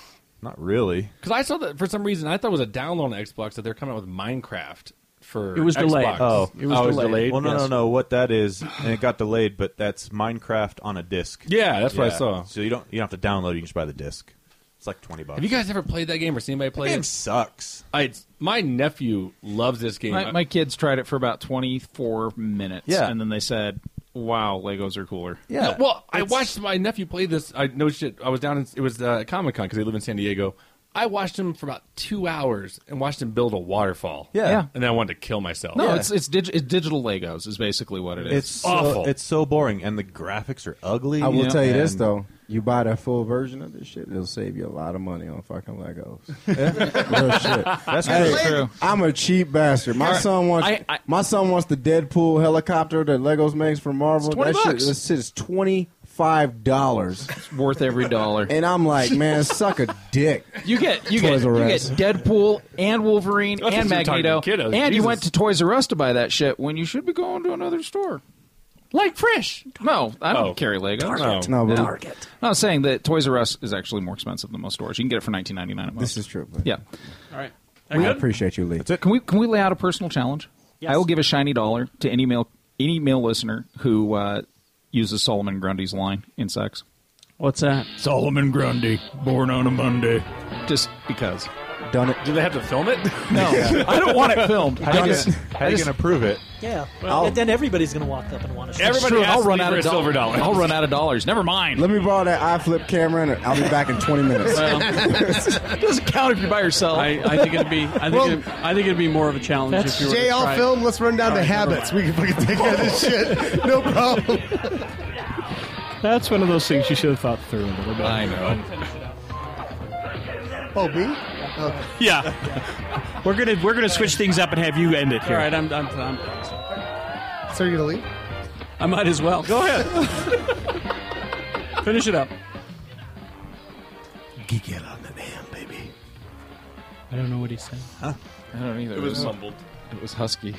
not really. Because I saw that for some reason I thought it was a download on Xbox that they're coming out with Minecraft for It was Xbox. delayed. Oh, it was, delayed. Well, no, Yes. no, no. What that is, and it got delayed, but that's Minecraft on a disc. Yeah, that's what I saw. So you don't you don't have to download it; you just buy the disc. It's like twenty bucks. Have you guys ever played that game or seen anybody play game it? Sucks. I, it's- my nephew loves this game. My, my kids tried it for about 24 minutes, Yeah. and then they said, "Wow, Legos are cooler." No, well, I watched my nephew play this. I no shit. I was down in it was uh, Comic Con because they live in San Diego. I watched him for about two hours and watched him build a waterfall. Yeah. Yeah. and then I wanted to kill myself. No, it's it's, dig- it's digital Legos is basically what it is. It's so- it's so boring, and the graphics are ugly. I will Yeah. tell you this And- though: you buy the full version of this shit, it'll save you a lot of money on fucking Legos. Real shit. That's Hey, kinda true. I'm a cheap bastard. My Alright, son wants I- I- my son wants the Deadpool helicopter that Legos makes for Marvel. It's 20 that shit, bucks. this shit is twenty five dollars, worth every dollar. and I'm like, man, suck a dick. You get you Toys get, R you get Us. Deadpool and Wolverine That's and what you're talking Magneto, to kiddos, and you Jesus. went to Toys R Us to buy that shit when you should be going to another store. Like Fresh. No, I don't Oh. carry Legos. Target. No. No, but- Target. No, I'm saying that Toys R Us is actually more expensive than most stores. You can get it for 19.99 at most. This is true. But Yeah. All right. I appreciate you, Lee. Can we can we lay out a personal challenge? I will give a shiny dollar to any male any male listener who uh, uses Solomon Grundy's line in sex. What's that? Solomon Grundy, born on a Monday. Just because. Done it. Do they have to film it? No, I don't want it filmed. How I you just- gonna- how I you just- going to prove it? Yeah. Well- and then everybody's going to walk up and want to. Everybody Sure, has I'll to run leave out for of a silver dollars. dollar. I'll run out of dollars. Never mind. Let me borrow that eye flip camera, and I'll be back in 20 minutes. Well, it doesn't count if you're by yourself. I, I think it'd be. I think. it'd, I think it'd be more of a challenge if you were. to Jay, try all it. film. Let's run down All the right, never habits. We can fucking take care of this shit. No problem. That's one of those things you should have thought through a little bit. I know. Oh, B. Yeah, we're gonna we're gonna switch things up and have you end it All here. right, I'm. I'm. I'm so you're gonna leave? I might as well. Go ahead. Finish it up. Geek out on that ham, baby. I don't know what he said. I don't either. It was mumbled. It was husky.